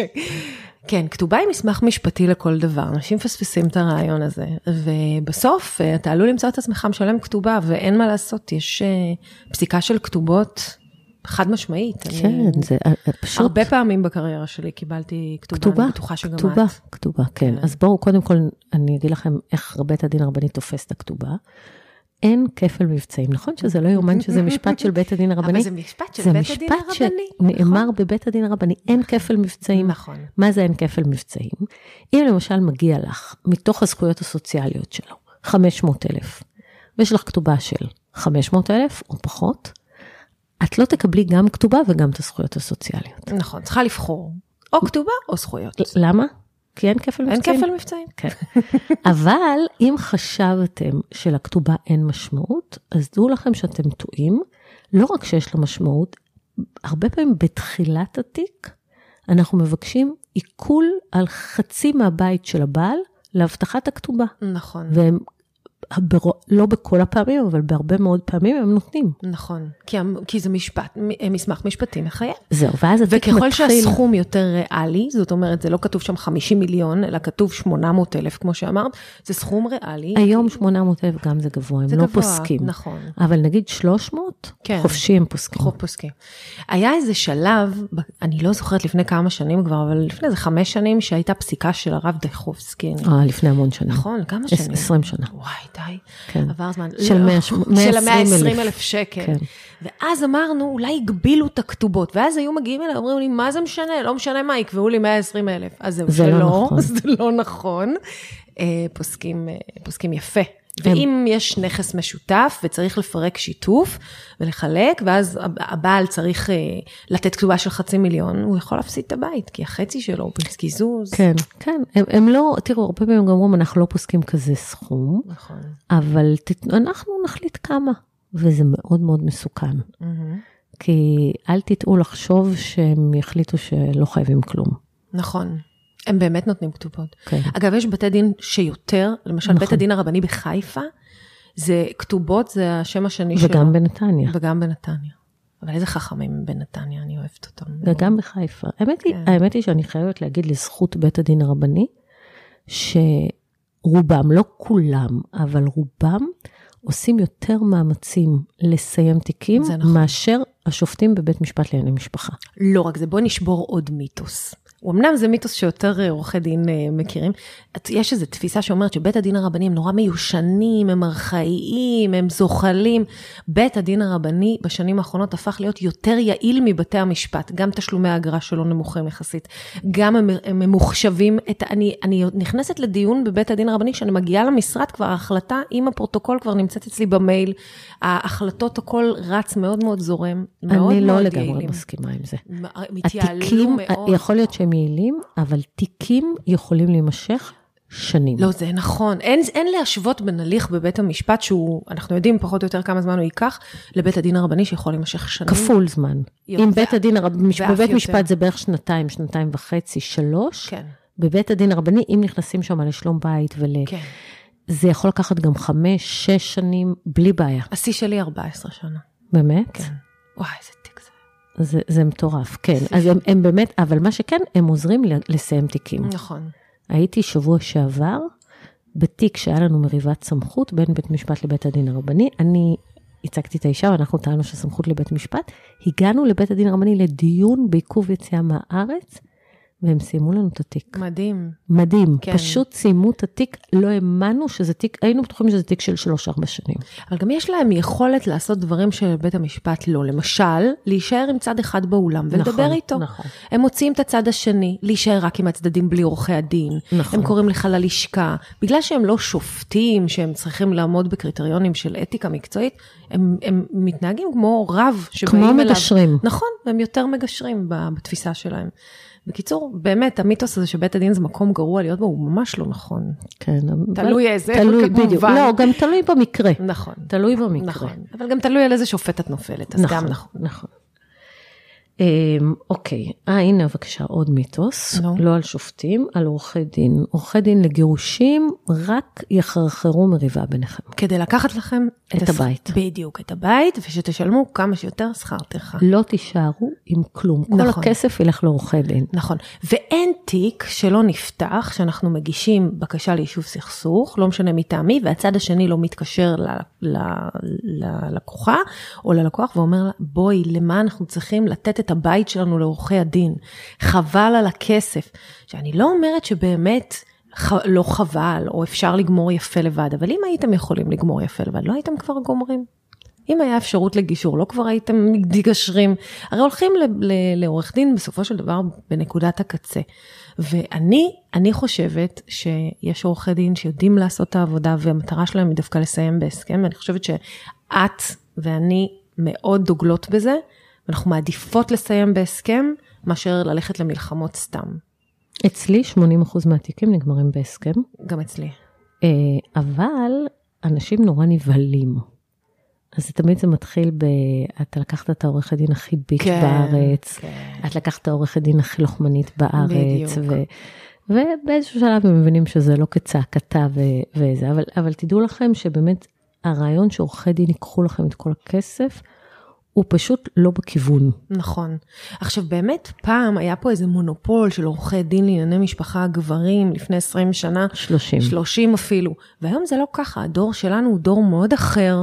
S1: כן, כתובה היא מסמך משפטי לכל דבר, אנשים מפספסים את הרעיון הזה, ובסוף אה, אתה עלול למצוא את עצמך משלם כתובה, ואין מה לעשות, יש אה, פסיקה של כתובות חד משמעית. אני-
S3: כן, זה אה, פשוט
S1: הרבה פעמים בקריירה שלי קיבלתי כתובה,
S3: כתובה,
S1: אני בטוחה שגם
S3: כתובה,
S1: את.
S3: כתובה, כן. אז בואו, קודם כל, אני אגיד לכם איך בית הדין הרבני תופס את הכתובה. אין כפל מבצעים, נכון שזה לא יאומן שזה משפט של בית הדין הרבני?
S1: אבל זה משפט של
S3: זה
S1: בית הדין
S3: משפט
S1: הרבני.
S3: שנאמר בבית הדין הרבני, אין כפל מבצעים.
S1: נכון.
S3: מה זה אין כפל מבצעים? אם למשל מגיע לך, מתוך הזכויות הסוציאליות שלו, 500 אלף, ויש לך כתובה של 500 אלף או פחות, את לא תקבלי גם כתובה וגם את הזכויות הסוציאליות.
S1: נכון, צריכה לבחור, או כתובה או זכויות.
S3: למה? כי אין כפל
S1: אין
S3: לא, מבצעים.
S1: כפל מבצעים.
S3: כן. אבל אם חשבתם שלכתובה אין משמעות, אז דעו לכם שאתם טועים. לא רק שיש לה משמעות, הרבה פעמים בתחילת התיק אנחנו מבקשים עיקול על חצי מהבית של הבעל להבטחת הכתובה.
S1: נכון,
S3: והם, ברו- לא בכל הפעמים, אבל בהרבה מאוד פעמים הם נותנים.
S1: נכון, כי המ- כי זה משפט, מ- אה, מסמך משפטי מחייב.
S3: זהו, ואז התיק מתחיל...
S1: וככל שהסכום יותר ריאלי, זאת אומרת, זה לא כתוב שם 50 מיליון, אלא כתוב 800 אלף, כמו שאמרת, זה סכום ריאלי.
S3: היום 800 אלף גם זה גבוה, הם
S1: זה
S3: לא
S1: גבוה,
S3: פוסקים.
S1: נכון.
S3: אבל נגיד 300,
S1: כן.
S3: חופשי הם פוסקים.
S1: חוק פוסקים. היה איזה שלב, ב- אני לא זוכרת לפני כמה שנים כבר, אבל לפני איזה חמש שנים, שהייתה פסיקה של הרב דייחובסקי. אני-
S3: אה, לפני המון שנים.
S1: נכון, כמה
S3: עש-
S1: שנים?
S3: 20 שנה.
S1: וואי, די.
S3: כן.
S1: עבר זמן.
S3: של
S1: לא,
S3: מאה-
S1: של
S3: 120,000.
S1: ה-120 אלף שקל.
S3: כן.
S1: ואז אמרנו, אולי הגבילו את הכתובות. ואז היו מגיעים אליי, אומרים לי, מה זה משנה? לא משנה מה, יקבעו לי 120 אלף. אז זהו,
S3: זה
S1: שלא,
S3: לא נכון.
S1: זה לא נכון. אה, פוסקים, אה, פוסקים יפה. ואם יש נכס משותף וצריך לפרק שיתוף ולחלק, ואז הב- הבעל צריך אה, לתת כתובה של חצי מיליון, הוא יכול להפסיד את הבית, כי החצי שלו הוא בקיזוז.
S3: כן, כן, הם, הם לא, תראו, הרבה פעמים גם אומרים, אנחנו לא פוסקים כזה סכום,
S1: נכון.
S3: אבל תת, אנחנו נחליט כמה, וזה מאוד מאוד מסוכן,
S1: מהמם.
S3: כי אל תטעו לחשוב שהם יחליטו שלא חייבים כלום.
S1: נכון. הם באמת נותנים כתובות.
S3: כן.
S1: אגב, יש בתי דין שיותר, למשל
S3: נכון.
S1: בית הדין הרבני בחיפה, זה כתובות, זה השם השני שלו.
S3: וגם בנתניה,
S1: וגם בנתניה. אבל איזה חכמים בנתניה, אני אוהבת אותם.
S3: וגם בחיפה. האמת היא,
S1: כן.
S3: האמת היא שאני חייבת להגיד לזכות בית הדין הרבני, שרובם, לא כולם, אבל רובם, עושים יותר מאמצים לסיים תיקים,
S1: זה נכון.
S3: מאשר השופטים בבית משפט לענייני משפחה.
S1: לא רק זה, בוא נשבור עוד מיתוס. אמנם זה מיתוס שיותר אה, עורכי דין אה, מכירים. את- יש איזו תפיסה שאומרת שבית הדין הרבני הם נורא מיושנים, הם ארכאיים, הם זוחלים. בית הדין הרבני בשנים האחרונות הפך להיות יותר יעיל מבתי המשפט. גם תשלומי האגרה שלו נמוכים יחסית, גם הם, הם ממוחשבים. את, אני, אני נכנסת לדיון בבית הדין הרבני, כשאני מגיעה למשרד כבר ההחלטה עם הפרוטוקול כבר נמצאת אצלי במייל. ההחלטות, הכל רץ מאוד מאוד זורם, מאוד מאוד
S3: אני
S1: יעילים.
S3: לא לגמרי מסכימה עם זה.
S1: מ- מתייעלו
S3: התיקים, אה,
S1: מאוד.
S3: יכול להיות שהם יעילים, אבל תיקים יכולים להימשך שנים.
S1: לא, זה נכון. אין, אין להשוות בין הליך בבית המשפט, שהוא, אנחנו יודעים פחות או יותר כמה זמן הוא ייקח, לבית הדין הרבני שיכול להימשך שנים.
S3: כפול זמן.
S1: יופי.
S3: אם בית הדין, הרב- מש-
S1: ואף
S3: בבית
S1: יותר.
S3: משפט זה בערך שנתיים, שנתיים וחצי, שלוש.
S1: כן,
S3: בבית הדין הרבני, אם נכנסים שם לשלום בית ול...
S1: כן.
S3: זה יכול לקחת גם חמש, שש שנים, בלי בעיה.
S1: השיא שלי 14 שנה.
S3: באמת?
S1: כן. וואי, איזה תיק זה.
S3: זה, זה מטורף, כן. אז הם, הם באמת, אבל מה שכן, הם עוזרים ל- לסיים תיקים.
S1: נכון.
S3: הייתי שבוע שעבר בתיק שהיה לנו מריבת סמכות בין בית משפט לבית הדין הרבני. אני הצגתי את האישה ואנחנו טענו שהסמכות לבית משפט. הגענו לבית הדין הרבני לדיון בעיכוב יציאה מהארץ, והם סיימו לנו את התיק.
S1: מדהים.
S3: מדהים,
S1: כן.
S3: כן. פשוט סיימו את התיק, לא האמנו שזה תיק, היינו בטוחים שזה תיק של 3-4 שנים.
S1: אבל גם יש להם יכולת לעשות דברים שבית המשפט לא. למשל, להישאר עם צד אחד באולם ולדבר
S3: נכון,
S1: איתו.
S3: נכון.
S1: הם מוציאים את הצד השני, להישאר רק עם הצדדים בלי עורכי הדין.
S3: נכון.
S1: הם קוראים לך ללשכה. בגלל שהם לא שופטים, שהם צריכים לעמוד בקריטריונים של אתיקה מקצועית, הם, הם מתנהגים כמו רב שבאים
S3: כמו
S1: אליו.
S3: מגשרים.
S1: נכון, הם יותר מגשרים ב- בתפיסה שלהם. בקיצור, באמת, המיתוס הזה שבית הדין זה מקום גרוע להיות בו, הוא ממש לא נכון.
S3: כן, אבל-
S1: תלוי איזה,
S3: תלוי,
S1: כמובן.
S3: בדיוק. לא, גם תלוי במקרה.
S1: נכון.
S3: תלוי במקרה.
S1: נכון, אבל גם תלוי על איזה שופט את נופלת, אז גם נכון.
S3: נכון. אמ, אוקיי, אה הנה בבקשה עוד מיתוס,
S1: נו.
S3: לא על שופטים, על עורכי דין. עורכי דין לגירושים רק יחרחרו מריבה ביניכם.
S1: כדי לקחת לכם
S3: את
S1: הס-
S3: הבית.
S1: בדיוק, את הבית, ושתשלמו כמה שיותר שכר טרחה.
S3: לא תישארו עם כלום, כל
S1: נכון.
S3: הכסף ילך לעורכי דין.
S1: נכון, ואין תיק שלא נפתח, שאנחנו מגישים בקשה ליישוב סכסוך, לא משנה מטעמי, והצד השני לא מתקשר ל- ל- ללקוחה או ללקוח ואומר לה, בואי, למה אנחנו צריכים לתת את הבית שלנו לעורכי הדין? חבל על הכסף. שאני לא אומרת שבאמת... ח- לא חבל, או אפשר לגמור יפה לבד, אבל אם הייתם יכולים לגמור יפה לבד, לא הייתם כבר גומרים. אם היה אפשרות לגישור, לא כבר הייתם מתגשרים. הרי הולכים ל- ל- לעורך דין בסופו של דבר בנקודת הקצה. ואני, אני חושבת שיש עורכי דין שיודעים לעשות את העבודה, והמטרה שלהם היא דווקא לסיים בהסכם, ואני חושבת שאת ואני מאוד דוגלות בזה, ואנחנו מעדיפות לסיים בהסכם, מאשר ללכת למלחמות סתם.
S3: אצלי 80% מהתיקים נגמרים בהסכם,
S1: גם אצלי.
S3: אה, אבל אנשים נורא נבהלים. אז זה תמיד זה מתחיל ב... אתה לקחת את העורכת דין הכי ביט
S1: כן,
S3: בארץ,
S1: כן.
S3: את לקחת את העורכת דין הכי לוחמנית בארץ,
S1: בדיוק.
S3: ו... ובאיזשהו שלב הם מבינים שזה לא כצעקתה ו... וזה, אבל, אבל תדעו לכם שבאמת הרעיון שעורכי דין ייקחו לכם את כל הכסף, הוא פשוט לא בכיוון.
S1: נכון. עכשיו באמת, פעם היה פה איזה מונופול של עורכי דין לענייני משפחה גברים לפני 20 שנה,
S3: 30.
S1: 30 אפילו, והיום זה לא ככה, הדור שלנו הוא דור מאוד אחר,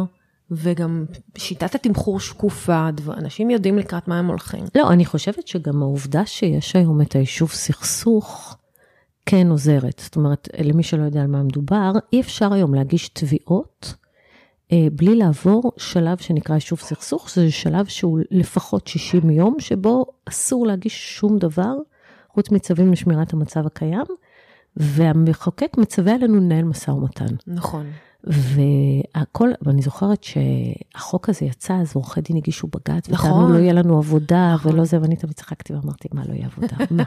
S1: וגם שיטת התמחור שקופה, דבר- אנשים יודעים לקראת מה הם הולכים.
S3: לא, אני חושבת שגם העובדה שיש היום את היישוב סכסוך, כן עוזרת. זאת אומרת, למי שלא יודע על מה מדובר, אי אפשר היום להגיש תביעות אה, בלי לעבור שלב שנקרא יישוב סכסוך, שזה שלב שהוא לפחות 60 יום, שבו אסור להגיש שום דבר חוץ מצווים לשמירת המצב הקיים, והמחוקק מצווה עלינו לנהל משא ומתן.
S1: נכון.
S3: והכל, ואני זוכרת שהחוק הזה יצא, אז עורכי דין הגישו בג"ץ,
S1: נכון.
S3: וטענו לא יהיה לנו עבודה,
S1: נכון.
S3: ולא זה, ואני תמיד צחקתי ואמרתי, מה לא יהיה עבודה? מה?"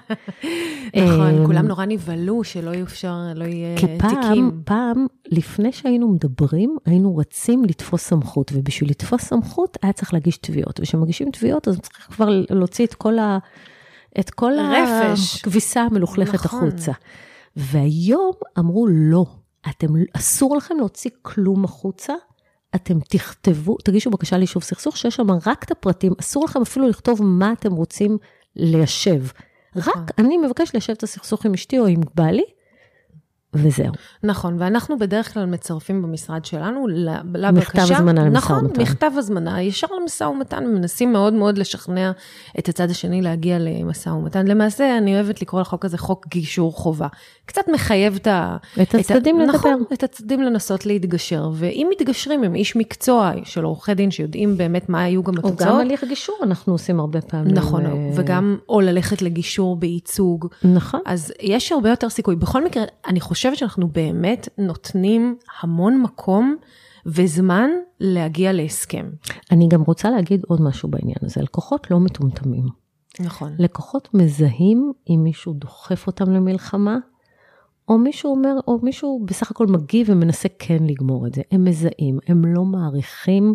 S1: נכון,
S3: אמ,
S1: כולם נורא נבהלו שלא יהיה אפשר, לא יהיה
S3: כי פעם,
S1: תיקים.
S3: פעם, לפני שהיינו מדברים, היינו רצים לתפוס סמכות, ובשביל לתפוס סמכות היה צריך להגיש תביעות, וכשמגישים תביעות, אז צריך כבר להוציא את כל ה... את כל
S1: רפש.
S3: הכביסה המלוכלכת
S1: נכון.
S3: החוצה. והיום אמרו, לא, אתם, אסור לכם להוציא כלום החוצה, אתם תכתבו, תגישו בקשה ליישוב סכסוך, שיש שם רק את הפרטים, אסור לכם אפילו לכתוב מה אתם רוצים ליישב.
S1: נכון.
S3: רק אני מבקש ליישב את הסכסוך עם אשתי או עם בעלי, וזהו.
S1: נכון, ואנחנו בדרך כלל מצרפים במשרד שלנו ל- לבקשה.
S3: מכתב הזמנה למשא
S1: נכון,
S3: ומתן.
S1: מכתב הזמנה, ישר למשא ומתן, ומנסים מאוד מאוד לשכנע את הצד השני להגיע למשא ומתן. למעשה, אני אוהבת לקרוא לחוק הזה חוק גישור חובה. קצת מחייב את ה...
S3: את הצדדים
S1: ה-
S3: לדבר.
S1: נכון, את הצדדים לנסות להתגשר, ואם מתגשרים עם איש מקצוע של עורכי דין שיודעים באמת מה היו גם
S3: או
S1: התוצאות.
S3: גם הליך גישור אנחנו עושים הרבה פעמים.
S1: נכון,
S3: אה,
S1: וגם או ללכת לגישור בייצוג.
S3: נכון.
S1: אז יש הרבה יותר סיכוי. בכל מקרה, אני חושבת שאנחנו באמת נותנים המון מקום וזמן להגיע להסכם.
S3: אני גם רוצה להגיד עוד משהו בעניין הזה, לקוחות לא מטומטמים.
S1: נכון.
S3: לקוחות מזהים אם מישהו דוחף אותם למלחמה, או מישהו אומר, או מישהו בסך הכל מגיב ומנסה כן לגמור את זה. הם מזהים, הם לא מעריכים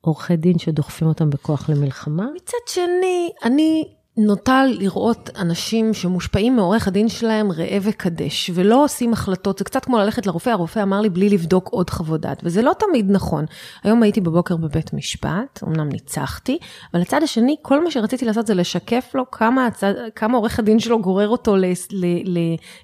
S3: עורכי דין שדוחפים אותם בכוח למלחמה.
S1: מצד שני, אני נוטה לראות אנשים שמושפעים מעורך הדין שלהם ראה וקדש, ולא עושים החלטות. זה קצת כמו ללכת לרופא, הרופא אמר לי בלי לבדוק עוד חוות דעת, וזה לא תמיד נכון. היום הייתי בבוקר בבית משפט, אמנם ניצחתי, אבל הצד השני, כל מה שרציתי לעשות זה לשקף לו כמה, הצד, כמה עורך הדין שלו גורר אותו ל, ל, ל,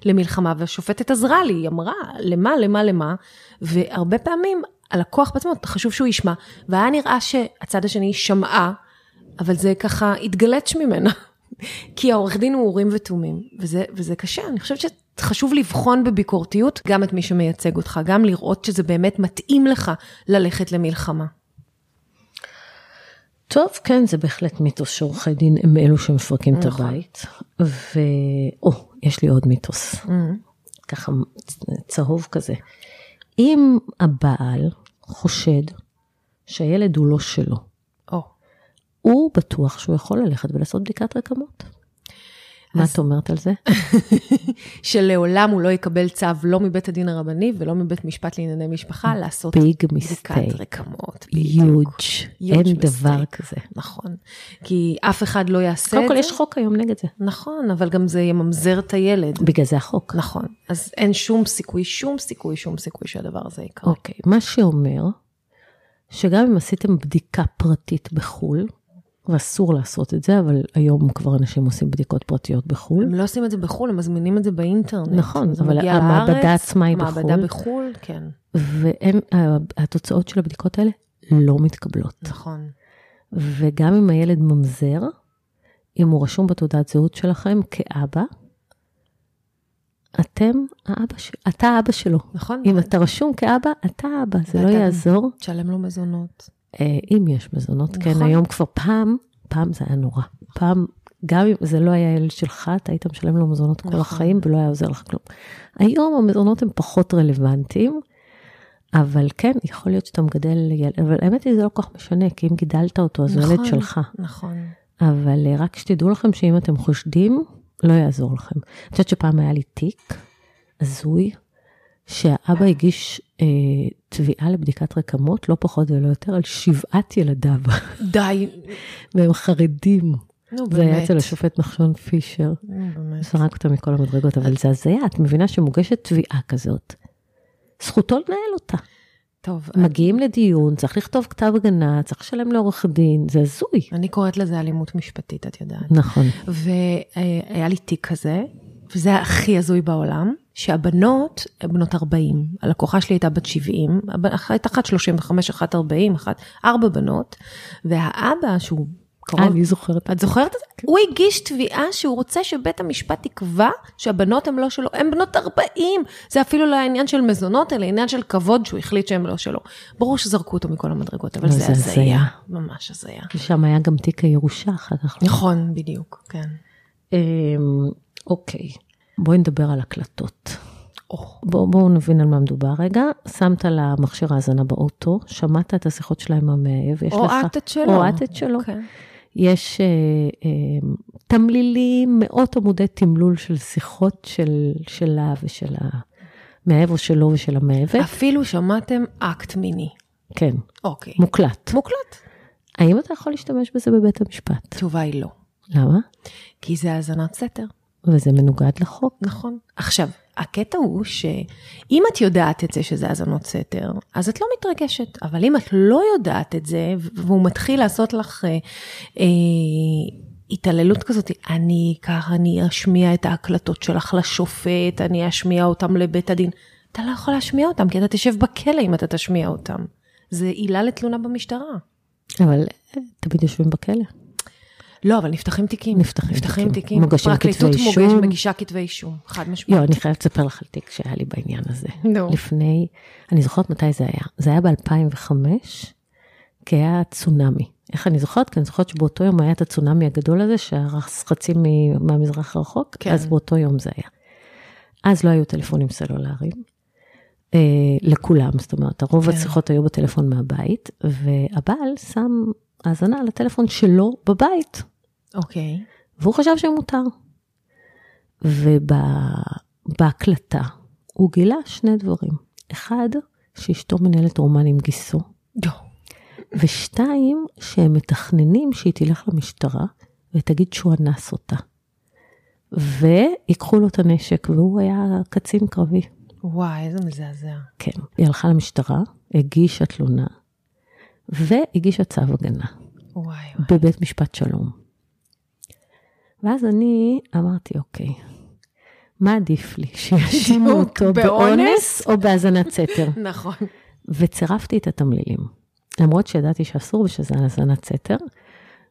S1: למלחמה, והשופטת עזרה לי, היא אמרה, למה, למה, למה, והרבה פעמים... הלקוח בעצמו, חשוב שהוא ישמע, והיה נראה שהצד השני שמעה אבל זה ככה התגלץ' ממנה. כי העורך דין הוא אורים ותומים, וזה, וזה קשה. אני חושבת שחשוב לבחון בביקורתיות גם את מי שמייצג אותך, גם לראות שזה באמת מתאים לך ללכת למלחמה.
S3: טוב, כן, זה בהחלט מיתוס שעורכי דין הם אלו שמפרקים את
S1: נכון.
S3: הבית. ו... או, יש לי עוד מיתוס. ככה צהוב כזה. אם הבעל חושד שהילד הוא לא שלו,
S1: או.
S3: הוא בטוח שהוא יכול ללכת ולעשות בדיקת רקמות. מה את אומרת על זה?
S1: שלעולם הוא לא יקבל צו לא מבית הדין הרבני ולא מבית משפט לענייני
S3: Mm-hmm.
S1: משפחה לעשות
S3: ביג
S1: בדיקת
S3: מיסטייק.
S1: רקמות.
S3: יוג',
S1: בדיוק. huge
S3: אין דבר
S1: mistake.
S3: כזה.
S1: נכון. כי אף אחד לא יעשה את זה.
S3: קודם כל יש חוק היום נגד זה.
S1: נכון, אבל גם זה יממזר את הילד.
S3: בגלל זה החוק.
S1: נכון, אז אין שום סיכוי, שום סיכוי, שום סיכוי שהדבר הזה יקרה.
S3: אוקיי, מה שאומר, שגם אם עשיתם בדיקה פרטית בחו"ל, ואסור לעשות את זה, אבל היום כבר אנשים עושים בדיקות פרטיות בחו"ל.
S1: הם לא עושים את זה בחו"ל, הם מזמינים את זה באינטרנט.
S3: נכון,
S1: זה
S3: אבל
S1: מגיע
S3: המעבדה
S1: לארץ,
S3: עצמה היא
S1: המעבדה
S3: בחו"ל.
S1: בחו"ל, כן,
S3: והם, ה- התוצאות של הבדיקות האלה לא מתקבלות.
S1: נכון.
S3: וגם אם הילד ממזר, אם הוא רשום בתעודת זהות שלכם כאבא, אתם האבא שלו, אתה האבא שלו.
S1: נכון?
S3: אם אתה רשום כאבא, אתה האבא, זה לא
S1: ואתה-
S3: יעזור.
S1: תשלם לו מזונות.
S3: אה, אם יש מזונות, כן,
S1: נכון.
S3: היום כבר פעם, פעם זה היה נורא. פעם, גם אם זה לא היה ילד שלך, אתה היית משלם לו מזונות כל
S1: נכון.
S3: החיים ולא היה עוזר לך כלום. היום המזונות הם פחות רלוונטיים, אבל כן, יכול להיות שאתה מגדל ילד, אבל האמת היא זה לא כל כך משנה, כי אם גידלת אותו, אז הוא ילד
S1: נכון,
S3: שלך.
S1: נכון.
S3: אבל אה, רק שתדעו לכם שאם אתם חושדים, לא יעזור לכם. אני חושבת שפעם היה לי תיק הזוי, שהאבא הגיש אה, תביעה לבדיקת רקמות, לא פחות ולא יותר, על שבעת ילדיו,
S1: די,
S3: והם חרדים.
S1: נו
S3: זה היה
S1: באמת.
S3: אצל השופט נחשון פישר.
S1: נו באמת.
S3: זרק אותה מכל המדרגות, אבל זה הזיה, את מבינה שמוגשת תביעה כזאת. זכותו לנהל אותה.
S1: טוב,
S3: מגיעים לדיון, צריך לכתוב כתב הגנה, צריך לשלם לעורך דין, זה הזוי.
S1: אני קוראת לזה אלימות משפטית, את יודעת.
S3: נכון.
S1: והיה לי תיק כזה, וזה היה הכי הזוי בעולם, שהבנות הן בנות 40, הלקוחה שלי הייתה בת 70, הב- אחת אחת 35, אחת 40, אחת, ארבע בנות, והאבא שהוא
S3: אה,
S1: קרוב...
S3: אני כן. זוכרת.
S1: את זוכרת את זה? הוא הגיש תביעה שהוא רוצה שבית המשפט יקבע שהבנות הן לא שלו, הן בנות 40. זה אפילו לא העניין של מזונות, אלא עניין של כבוד שהוא החליט שהן לא שלו. ברור שזרקו אותו מכל המדרגות, אבל
S3: לא,
S1: זה
S3: זה
S1: הזיה.
S3: הזיה.
S1: ממש הזיה.
S3: שם היה גם תיק הירושה אחר כך. לא?
S1: נכון, בדיוק, כן.
S3: אמ, אוקיי, בואי נדבר על הקלטות.
S1: או,
S3: בוא- בואו נבין על מה מדובר רגע. שמת לה מכשיר האזנה באוטו, שמעת את השיחות שלה עם המאהב, יש
S1: או
S3: לך...
S1: את את שלו.
S3: או את את שלו.
S1: כן.
S3: יש אה, אמ, תמלילים, מאות עמודי תמלול של שיחות של, שלה ושל המאהב או שלו ושל המאהבת.
S1: אפילו שמעתם אקט מיני.
S3: כן,
S1: אוקיי.
S3: מוקלט.
S1: מוקלט.
S3: האם אתה יכול להשתמש בזה בבית המשפט?
S1: התשובה היא לא.
S3: למה?
S1: כי זה האזנת סתר,
S3: וזה מנוגד לחוק.
S1: נכון. עכשיו, הקטע הוא שאם את יודעת את זה שזה האזנות סתר, אז את לא מתרגשת. אבל אם את לא יודעת את זה, ו- והוא מתחיל לעשות לך אה, אה, התעללות כזאת, אני אקח, אני אשמיע את ההקלטות שלך לשופט, אני אשמיע אותם לבית הדין. אתה לא יכול להשמיע אותם, כי אתה תשב בכלא אם אתה תשמיע אותם. זה עילה לתלונה במשטרה.
S3: אבל אה, תמיד יושבים בכלא.
S1: לא, אבל נפתחים תיקים.
S3: נפתחים
S1: נפתחים
S3: תיקים.
S1: תיקים.
S3: מוגשים כתבי
S1: פרקליטות
S3: אישום.
S1: מוגש- מגישה כתבי אישום, חד משמעית.
S3: לא, אני חייבת לספר לך על תיק שהיה לי בעניין הזה.
S1: נו.
S3: לפני, אני זוכרת מתי זה היה. זה היה ב-2005, כי היה צונאמי. איך אני זוכרת? כי אני זוכרת שבאותו יום היה את הצונאמי הגדול הזה, שהרס חצי מ- מהמזרח הרחוק,
S1: כן.
S3: כן. אז באותו יום זה היה. אז לא היו טלפונים סלולריים. אה, לכולם, זאת אומרת, הרוב
S1: כן.
S3: כן. השיחות היו בטלפון מהבית, והבעל שם האזנה על הטלפון שלו בבית.
S1: אוקיי.
S3: והוא חשב שמותר. ובהקלטה הוא גילה שני דברים. אחד, שאשתו מנהלת רומן עם גיסו,
S1: יו.
S3: ושתיים, שהם מתכננים שהיא תלך למשטרה ותגיד שהוא אנס אותה. ויקחו לו את הנשק, והוא היה קצין קרבי.
S1: וואי, איזה מזעזע.
S3: כן. היא הלכה למשטרה, הגישה תלונה, והגישה צו הגנה.
S1: וואי, וואי.
S3: בבית משפט שלום. ואז אני אמרתי, אוקיי, מה עדיף לי, שיאשימו
S1: בדיוק,
S3: אותו
S1: באונס?
S3: באונס או בהאזנת סתר?
S1: נכון.
S3: וצירפתי את התמלילים. למרות שידעתי שאסור ושזה האזנת סתר,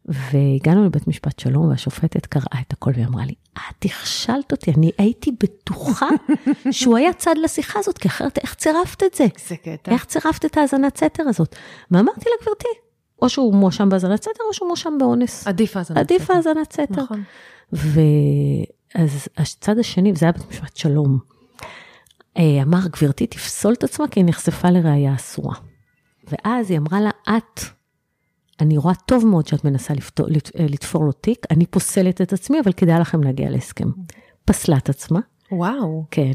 S3: והגענו לבית משפט שלום והשופטת קראה את הכל והיא אמרה לי, את הכשלת אותי, אני הייתי בטוחה שהוא היה צד לשיחה הזאת, כי אחרת איך צירפת את זה?
S1: זה קטע.
S3: איך צירפת את האזנת סתר הזאת? ואמרתי לה, גברתי, או שהוא מואשם בהאזנת סתר או שהוא מואשם באונס.
S1: עדיף האזנת
S3: עדיף
S1: סתר.
S3: האזנת סתר.
S1: נכון.
S3: ואז הצד השני, וזה היה בית משפט שלום, אה, אמר, גברתי, תפסול את עצמה כי היא נחשפה לראייה אסורה. ואז היא אמרה לה, את, אני רואה טוב מאוד שאת מנסה לפתור, לת- אה, לתפור לו תיק, אני פוסלת את עצמי, אבל כדאי לכם להגיע להסכם. פסלה את עצמה,
S1: וואו.
S3: כן,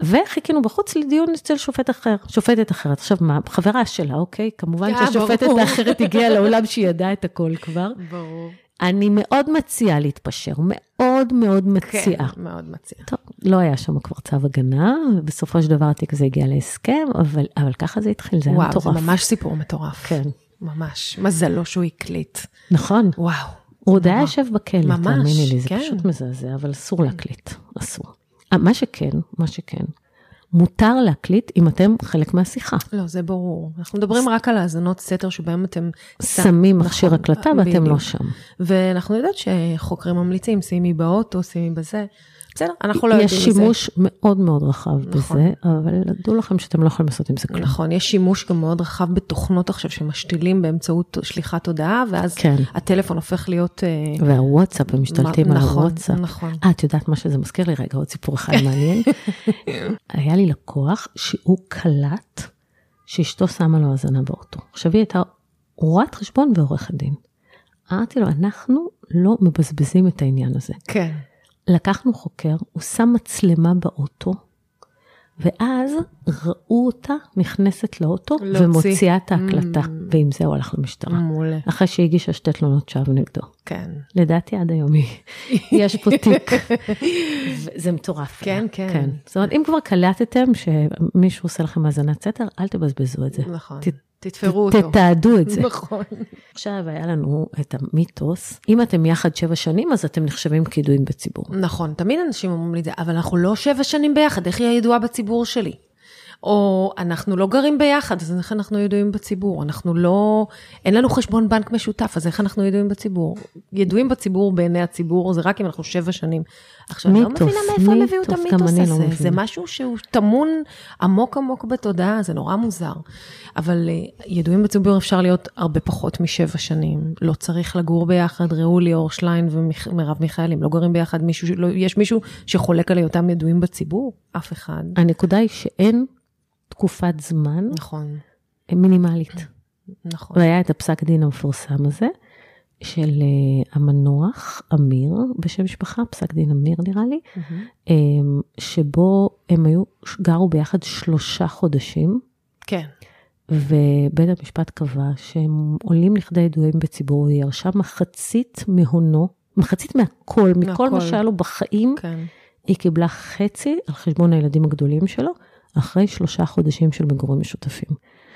S3: וחיכינו בחוץ לדיון אצל שופט אחר, שופטת אחרת. עכשיו מה, חברה שלה, אוקיי? כמובן
S1: אה,
S3: שהשופטת
S1: ברור.
S3: האחרת הגיעה לעולם שהיא ידעה את הכל כבר.
S1: ברור.
S3: אני מאוד מציעה להתפשר, מאוד מאוד
S1: כן,
S3: מציעה.
S1: מאוד מציעה.
S3: טוב, לא היה שם כבר צו הגנה, בסופו של דבר התיק הזה הגיע להסכם, אבל, אבל ככה זה התחיל, זה היה
S1: וואו,
S3: מטורף.
S1: זה ממש סיפור מטורף.
S3: כן,
S1: ממש. מזלו שהוא הקליט.
S3: נכון.
S1: וואו.
S3: הוא עוד היה
S1: נורא.
S3: יושב בכלא,
S1: ממש,
S3: תאמיני לי, זה
S1: כן.
S3: פשוט מזעזע, אבל אסור להקליט, אסור. אה, מה שכן, מה שכן, מותר להקליט אם אתם חלק מהשיחה.
S1: לא, זה ברור. אנחנו מדברים רק על האזנות סתר שבהם אתם...
S3: שמים מכשיר
S1: נכון,
S3: הקלטה ואתם
S1: בדיוק.
S3: לא שם.
S1: ואנחנו יודעות שחוקרים ממליצים, שימי באוטו, שימי בזה. בסדר, אנחנו לא יודעים
S3: יש
S1: את זה.
S3: שימוש מאוד מאוד רחב
S1: נכון.
S3: בזה, אבל דעו לכם שאתם לא יכולים לעשות עם זה כלום.
S1: נכון, יש שימוש גם מאוד רחב בתוכנות עכשיו שמשתילים באמצעות שליחת הודעה, ואז
S3: כן.
S1: הטלפון הופך להיות... אה,
S3: והוואטסאפ, הם משתלטים על
S1: נכון,
S3: הוואטסאפ.
S1: נכון.
S3: אה, את יודעת מה שזה מזכיר לי? רגע, עוד סיפור אחד מעניין. היה לי לקוח שהוא קלט שאשתו שמה לו האזנה באוטו. עכשיו היא הייתה רואת חשבון ועורכת דין. אמרתי לו, אנחנו לא מבזבזים את העניין הזה.
S1: כן.
S3: לקחנו חוקר, הוא שם מצלמה באוטו, ואז ראו אותה נכנסת לאוטו
S1: להוציא.
S3: ומוציאה את ההקלטה,
S1: Mm.
S3: ועם זה הוא הלך למשטרה.
S1: מעולה.
S3: אחרי שהגישה שתי תלונות שווא נגדו.
S1: כן.
S3: לדעתי עד היום היא, יש פה תיק. ו- זה מטורף.
S1: כן, כן.
S3: זאת אומרת, אם כבר קלטתם שמישהו עושה לכם האזנת סתר, אל תבזבזו את זה.
S1: נכון.
S3: ת-
S1: תתפרו
S3: ת-
S1: אותו.
S3: תתעדו את זה.
S1: נכון.
S3: עכשיו היה לנו את המיתוס, אם אתם יחד שבע שנים, אז אתם נחשבים כידועים בציבור.
S1: נכון, תמיד אנשים אומרים לי את זה, אבל אנחנו לא שבע שנים ביחד, איך היא הידועה בציבור שלי? או אנחנו לא גרים ביחד, אז איך אנחנו ידועים בציבור? אנחנו לא, אין לנו חשבון בנק משותף, אז איך אנחנו ידועים בציבור? ידועים בציבור בעיני הציבור, זה רק אם אנחנו שבע שנים. עכשיו, אני לא
S3: מיתוס,
S1: מבינה מאיפה הם הביאו את
S3: מיתוס, גם
S1: המיתוס
S3: אני לא
S1: הזה. זה
S3: מבינה.
S1: משהו שהוא טמון עמוק עמוק בתודעה, זה נורא מוזר. אבל אה, ידועים בציבור אפשר להיות הרבה פחות משבע שנים. לא צריך לגור ביחד, ראו ליאור שליין ומרב מיכאלי, הם לא גרים ביחד, מישהו, ש- לא, יש מישהו שחולק על היותם ידועים בציבור? אף אחד.
S3: הנקודה היא שאין תקופת זמן
S1: נכון,
S3: מינימלית.
S1: נכון.
S3: והיה את הפסק דין המפורסם הזה, של אה, המנוח אמיר, בשם משפחה, פסק דין אמיר נראה לי,
S1: מהמם.
S3: אמ, שבו הם היו, גרו ביחד שלושה חודשים,
S1: כן,
S3: ובית המשפט קבע שהם עולים לכדי ידועים בציבור, והיא ירשה מחצית מהונו, מחצית מהכל, מכל מה
S1: מהכל.
S3: שהיה לו בחיים,
S1: כן.
S3: היא קיבלה חצי על חשבון הילדים הגדולים שלו, אחרי שלושה חודשים של מגורים משותפים.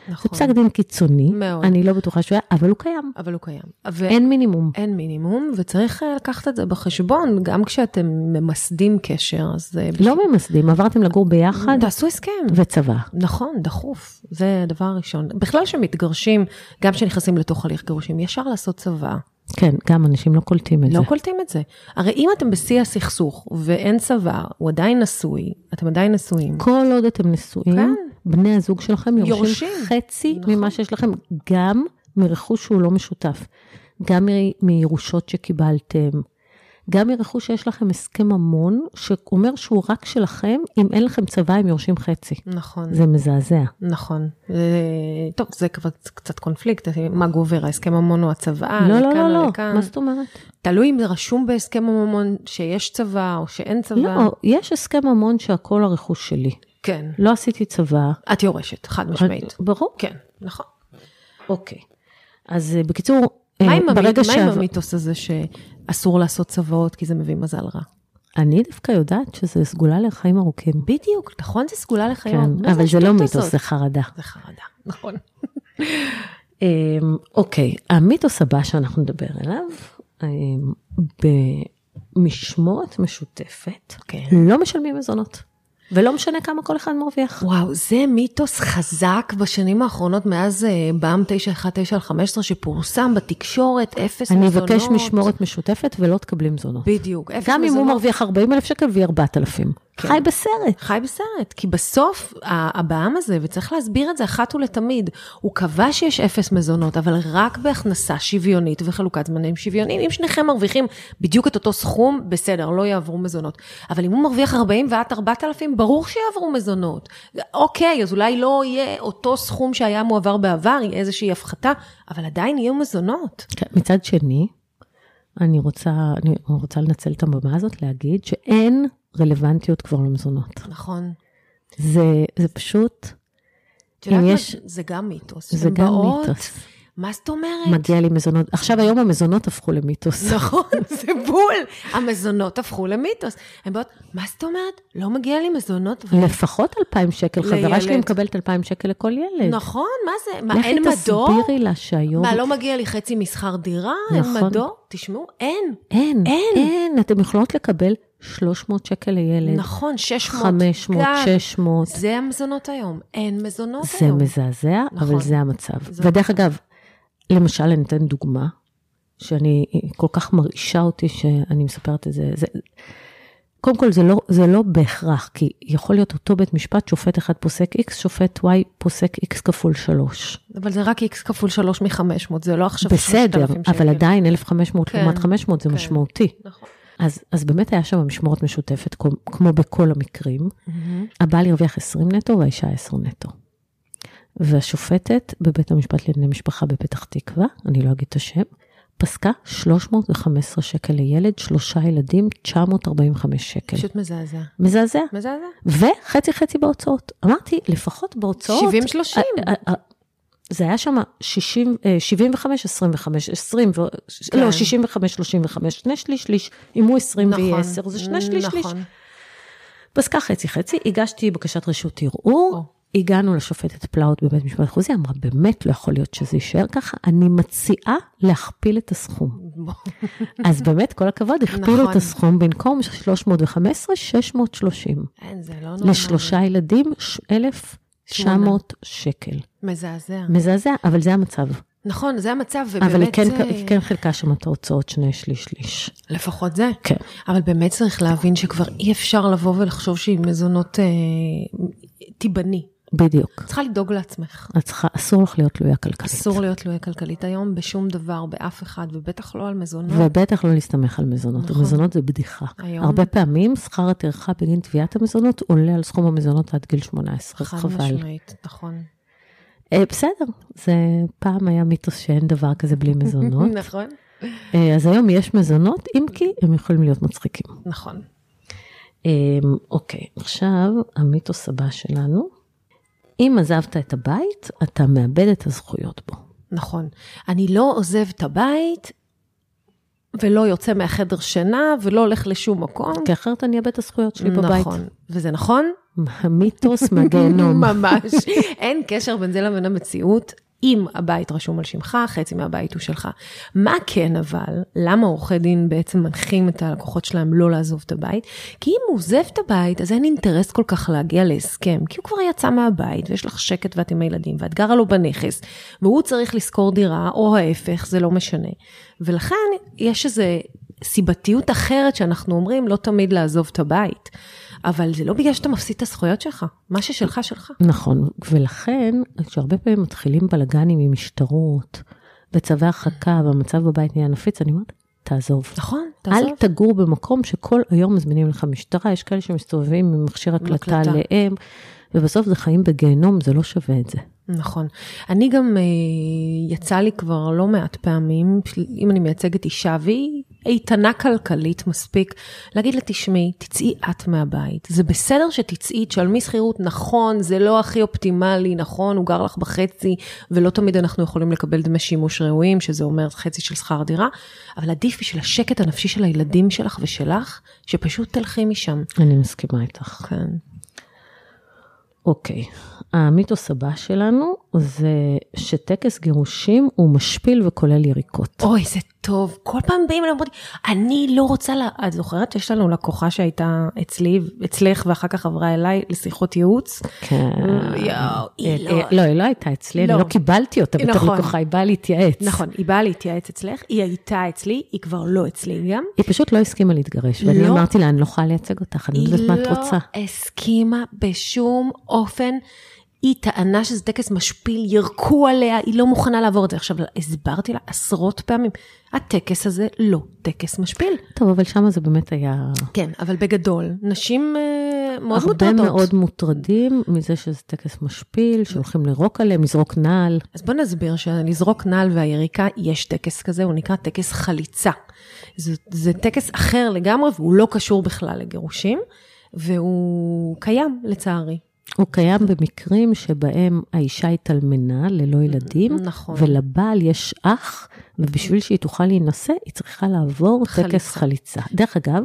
S3: זה
S1: נכון.
S3: פסק דין קיצוני,
S1: מאוד.
S3: אני לא בטוחה שהוא היה, אבל הוא קיים.
S1: אבל הוא קיים. ו-
S3: אין מינימום.
S1: אין מינימום, וצריך אה, לקחת את זה בחשבון, גם כשאתם ממסדים קשר, אז... אה,
S3: לא ממסדים, עברתם לגור ביחד
S1: תעשו הסכם.
S3: וצבא.
S1: נכון, דחוף, זה הדבר הראשון. בכלל שמתגרשים, גם כשנכנסים לתוך הליך גירושים, ישר לעשות צבא.
S3: כן, גם אנשים לא קולטים את זה.
S1: לא קולטים את זה. הרי אם אתם בשיא הסכסוך ואין צבא, הוא עדיין נשוי, אתם עדיין נשואים.
S3: כל עוד אתם נשואים,
S1: כן.
S3: בני הזוג שלכם יורשים
S1: יורשים,
S3: חצי
S1: נכון.
S3: ממה שיש לכם, גם מרכוש שהוא לא משותף, גם מ- מירושות שקיבלתם, גם מרכוש שיש לכם הסכם ממון, שאומר שהוא רק שלכם, אם אין לכם צבא הם יורשים חצי.
S1: נכון,
S3: זה מזעזע.
S1: נכון. זה- טוב, זה כבר קצת קונפליקט, מה גובר, ההסכם המון או הצבא,
S3: לא, לא,
S1: אה, לכאן
S3: לא,
S1: או
S3: לא,
S1: לכאן.
S3: מה זאת אומרת?
S1: תלוי אם זה רשום בהסכם הממון שיש צבא או שאין צבא.
S3: לא, יש הסכם ממון שהכל הרכוש שלי.
S1: כן.
S3: לא עשיתי צבא.
S1: את יורשת, חד משמעית.
S3: ברור.
S1: כן, נכון.
S3: אוקיי. אז אה, בקיצור,
S1: מה
S3: אה,
S1: עם המי-
S3: ברגע
S1: מה עם
S3: שעבר-
S1: המיתוס הזה שאסור לעשות צוואות כי זה מביא מזל רע?
S3: אני דווקא יודעת שזה סגולה לחיים ארוכים.
S1: בדיוק, נכון? זה סגולה לחיים.
S3: כן,
S1: מה
S3: אבל זה לא
S1: השטות
S3: מיתוס,
S1: הזאת?
S3: זה חרדה.
S1: זה חרדה, נכון.
S3: אמ, אוקיי, המיתוס הבא שאנחנו נדבר עליו, אמ, במשמורת משותפת,
S1: כן.
S3: לא משלמים מזונות. ולא משנה כמה כל אחד מרוויח.
S1: וואו, זה מיתוס חזק בשנים האחרונות מאז אה, בע"מ 919 על 15 שפורסם בתקשורת, אפס
S3: אני
S1: מזונות.
S3: אבקש משמורת משותפת ולא תקבלי מזונות.
S1: בדיוק, אפס
S3: גם אם הוא
S1: מזונות.
S3: מרוויח 40 אלף שקל והיא 4,000.
S1: כן.
S3: חי בסרט.
S1: חי בסרט, כי בסוף ה- הבעם הזה, וצריך להסביר את זה אחת ולתמיד, הוא קבע שיש אפס מזונות, אבל רק בהכנסה שוויונית וחלוקת זמנים שוויוניים. אם שניכם מרוויחים בדיוק את אותו סכום, בסדר, לא יעברו מזונות. אבל אם הוא מרוויח 40 ואת 4,000, ברור שיעברו מזונות. אוקיי, אז אולי לא יהיה אותו סכום שהיה מועבר בעבר, יהיה איזושהי הפחתה, אבל עדיין יהיו מזונות.
S3: כן, מצד שני, אני רוצה, אני רוצה לנצל את הבמה הזאת להגיד שאין רלוונטיות כבר למזונות.
S1: נכון.
S3: זה, זה פשוט,
S1: את יודעת
S3: אם
S1: מה?
S3: יש-
S1: זה גם מיתוס.
S3: זה
S1: הן
S3: גם
S1: באות-
S3: מיתוס.
S1: מה זאת אומרת?
S3: מגיע לי מזונות. עכשיו היום המזונות הפכו למיתוס.
S1: נכון, זה בול. המזונות הפכו למיתוס. הן באות, מה זאת אומרת? לא מגיע לי מזונות? אבל-"
S3: לפחות 2,000 שקל, חברה
S1: לילד.
S3: שלי מקבלת 2,000 שקל לכל ילד.
S1: נכון, מה זה? מה, אין מדור?
S3: לכי תסבירי לה שהיום...
S1: מה, לא מגיע לי חצי משכר דירה? אין
S3: נכון.
S1: מדור? תשמעו, אין.
S3: אין,
S1: אין.
S3: אין. אתם יכולות לקבל 300 שקל לילד,
S1: נכון, 600.
S3: 500,
S1: גג.
S3: 600.
S1: זה המזונות היום. אין מזונות
S3: זה
S1: היום.
S3: מזעזע,
S1: נכון.
S3: אבל זה המצב.
S1: זה-
S3: ודרך אגב, למשל, אני אתן דוגמה, שאני, היא כל כך מרעישה אותי שאני מספרת את זה. זה קודם כל, זה לא, זה לא בהכרח, כי יכול להיות אותו בית משפט, שופט אחד פוסק X, שופט Y פוסק X כפול 3.
S1: אבל זה רק x כפול 3 מ-500, זה לא עכשיו
S3: בסדר,
S1: 3,000 שקל.
S3: אבל עדיין 1,500
S1: כן,
S3: לעומת 500 זה
S1: כן.
S3: משמעותי.
S1: נכון.
S3: אז, אז באמת היה שם משמורת משותפת, כמו- כמו בכל המקרים. הבעל הרוויח 20 נטו והאישה 10 נטו. והשופטת בבית המשפט לענייני משפחה בפתח תקווה, אני לא אגיד את השם, פסקה 315 שקל לילד, שלושה ילדים, 945 שקל. ש...
S1: פשוט מזעזע.
S3: מזעזע.
S1: מזעזע.
S3: וחצי חצי בהוצאות. אמרתי, לפחות בהוצאות...
S1: 70-30.
S3: א- א- א- זה היה שם 60, אה, 75, 25, 20, ו... לא, 65, 35, שני שליש, שליש, אם הוא 20 ויהיה 10, נכון. זה שני שליש, שליש.
S1: נכון.
S3: פסקה חצי חצי, הגשתי בקשת רשות ערעור,
S1: או.
S3: הגענו לשופטת פלאוט בבית משפט חוזי, אמרה, באמת לא יכול להיות שזה יישאר ככה, אני מציעה להכפיל את הסכום. אז באמת, כל הכבוד, הכפילו
S1: נכון.
S3: את הסכום במקום 315, 630.
S1: אין, זה לא נורמלי.
S3: לשלושה ילדים, ש- 1,900 שקל.
S1: מזעזע.
S3: מזעזע, אבל זה המצב.
S1: נכון, זה המצב, ובאמת...
S3: אבל היא כן-
S1: זה-
S3: היא כן חילקה שם את ההוצאות שני שליש שליש.
S1: לפחות זה.
S3: כן.
S1: אבל באמת צריך להבין שכבר אי אפשר לבוא ולחשוב שהיא מזונות אה, תיבני.
S3: בדיוק.
S1: את צריכה לדאוג לעצמך.
S3: את צריכה, אסור לך להיות תלויה כלכלית.
S1: אסור להיות תלויה כלכלית היום בשום דבר, באף אחד, ובטח לא על מזונות.
S3: ובטח לא להסתמך על מזונות,
S1: נכון.
S3: נכון. מזונות זה בדיחה.
S1: היום.
S3: היום. הרבה פעמים שכר הטרחה בגין תביעת המזונות עולה על סכום המזונות עד גיל 18,
S1: חד
S3: חבל.
S1: משמעית, נכון.
S3: אה, בסדר, זה פעם היה מיתוס שאין דבר כזה בלי מזונות.
S1: נכון.
S3: אה, אז היום יש מזונות, אם כי הם יכולים להיות מצחיקים.
S1: נכון.
S3: אה, אוקיי, עכשיו המיתוס הבא שלנו. אם עזבת את הבית, אתה מאבד את הזכויות בו.
S1: נכון. אני לא עוזב את הבית, ולא יוצא מהחדר שינה, ולא הולך לשום מקום.
S3: כי אחרת כן, אני אאבד את הזכויות שלי בבית. לא,
S1: נכון, וזה נכון?
S3: המיתוס מהגיהנום.
S1: ממש. אין קשר בין זה לבין המציאות. אם הבית רשום על שמך, חצי מהבית הוא שלך. מה כן אבל, למה עורכי דין בעצם מנחים את הלקוחות שלהם לא לעזוב את הבית? כי אם הוא עוזב את הבית, אז אין אינטרס כל כך להגיע להסכם, כי הוא כבר יצא מהבית, ויש לך שקט ואת עם הילדים, ואת גרה לו בנכס, והוא צריך לשכור דירה, או ההפך, זה לא משנה. ולכן, יש איזה סיבתיות אחרת שאנחנו אומרים, לא תמיד לעזוב את הבית. אבל זה לא בגלל שאתה מפסיד את הזכויות שלך, מה ששלך, שלך.
S3: נכון, ולכן, כשהרבה פעמים מתחילים בלאגנים עם משטרות, וצווי הרחקה, והמצב בבית נהיה נפיץ, אני אומרת, תעזוב.
S1: נכון,
S3: אל
S1: תעזוב.
S3: תגור במקום שכל היום מזמינים לך משטרה, יש כאלה שמסתובבים עם מכשיר הקלטה
S1: הקלטה.
S3: עליהם, ובסוף זה חיים בגיהנום, זה לא שווה את זה.
S1: נכון. אני גם, אה, יצא לי כבר לא מעט פעמים, אם אני מייצגת אישה והיא איתנה כלכלית מספיק, להגיד לה, תשמעי, תצאי את מהבית. זה בסדר שתצאי, תשלמי שכירות, נכון, זה לא הכי אופטימלי, נכון, הוא גר לך בחצי, ולא תמיד אנחנו יכולים לקבל דמי שימוש ראויים, שזה אומר חצי של שכר דירה, אבל עדיף בשביל השקט הנפשי של הילדים שלך ושלך, שפשוט תלכי משם.
S3: אני מסכימה איתך.
S1: כן.
S3: אוקיי, המיתוס הבא שלנו זה שטקס גירושים הוא משפיל וכולל יריקות.
S1: אוי, זה טוב. כל פעם באים אליי ואומרים, אני לא רוצה ל... את זוכרת שיש לנו לקוחה שהייתה אצלי, אצלך, ואחר כך עברה אליי לשיחות ייעוץ? אמ,
S3: כן.
S1: יואו, היא
S3: אה, אה, לא, היא לא הייתה אצלי, אני
S1: לא.
S3: לא קיבלתי אותה בתור
S1: נכון.
S3: לקוחה, היא באה להתייעץ.
S1: נכון, היא באה להתייעץ אצלך, היא הייתה אצלי, היא כבר לא אצלי גם.
S3: היא פשוט לא הסכימה להתגרש, ואני
S1: לא.
S3: אמרתי לה, אני לא יכולה לייצג אותך, אני לא יודעת מה את רוצה.
S1: היא לא הסכימה בשום אופן. היא טענה שזה טקס משפיל, ירקו עליה, היא לא מוכנה לעבור את זה. עכשיו, הסברתי לה עשרות פעמים, הטקס הזה לא טקס משפיל.
S3: טוב, אבל שם זה באמת היה...
S1: כן, אבל בגדול, נשים אה, מאוד מוטרדות.
S3: הרבה מאוד מוטרדים מזה שזה טקס משפיל, שהולכים לירוק עליהם, לזרוק נעל.
S1: אז בוא נסביר שלזרוק נעל והיריקה, יש טקס כזה, הוא נקרא טקס חליצה. זה, זה טקס אחר לגמרי, והוא לא קשור בכלל לגירושים, והוא קיים, לצערי.
S3: הוא קיים במקרים שבהם האישה התאלמנה ללא ילדים,
S1: נכון.
S3: ולבעל יש אח, ובשביל שהיא תוכל להינשא, היא צריכה לעבור טקס
S1: חליצה.
S3: חליצה. דרך אגב,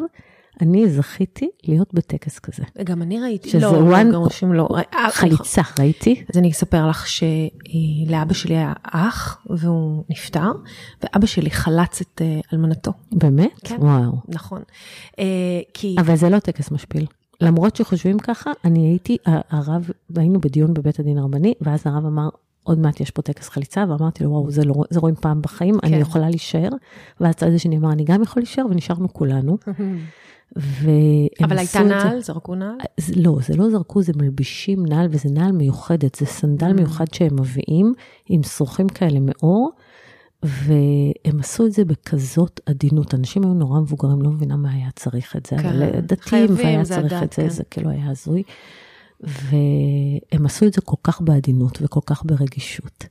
S3: אני זכיתי להיות בטקס כזה.
S1: גם אני ראיתי,
S3: שזה
S1: לא,
S3: one-
S1: גירושים לא, אה,
S3: חליצה, ראיתי?
S1: אז אני אספר לך שלאבא שלי היה אח, והוא נפטר, ואבא שלי חלץ את אה, אלמנתו.
S3: באמת?
S1: כן.
S3: וואו.
S1: נכון. אה, כי...
S3: אבל זה לא טקס משפיל. למרות שחושבים ככה, אני הייתי, ה- הרב, היינו בדיון בבית הדין הרבני, ואז הרב אמר, עוד מעט יש פה טקס חליצה, ואמרתי לו, וואו, זה, לא, זה רואים פעם בחיים, כן. אני
S1: כן.
S3: יכולה להישאר. והצד השני אמר, אני גם יכול להישאר, ונשארנו כולנו. והם
S1: אבל
S3: עשו
S1: הייתה
S3: את זה-
S1: נעל, זרקו נעל?
S3: זה, לא, זה לא זרקו, זה מלבישים נעל, וזה נעל מיוחדת, זה סנדל
S1: Mm.
S3: מיוחד שהם מביאים, עם שרוכים כאלה מאור, והם עשו את זה בכזאת עדינות. אנשים היו נורא מבוגרים, לא מבינה מה היה צריך את זה,
S1: כן,
S3: אבל דתיים,
S1: חייבים,
S3: והיה
S1: זה
S3: צריך
S1: הדת,
S3: את זה,
S1: כן.
S3: זה כאילו היה הזוי. והם עשו את זה כל כך בעדינות וכל כך ברגישות.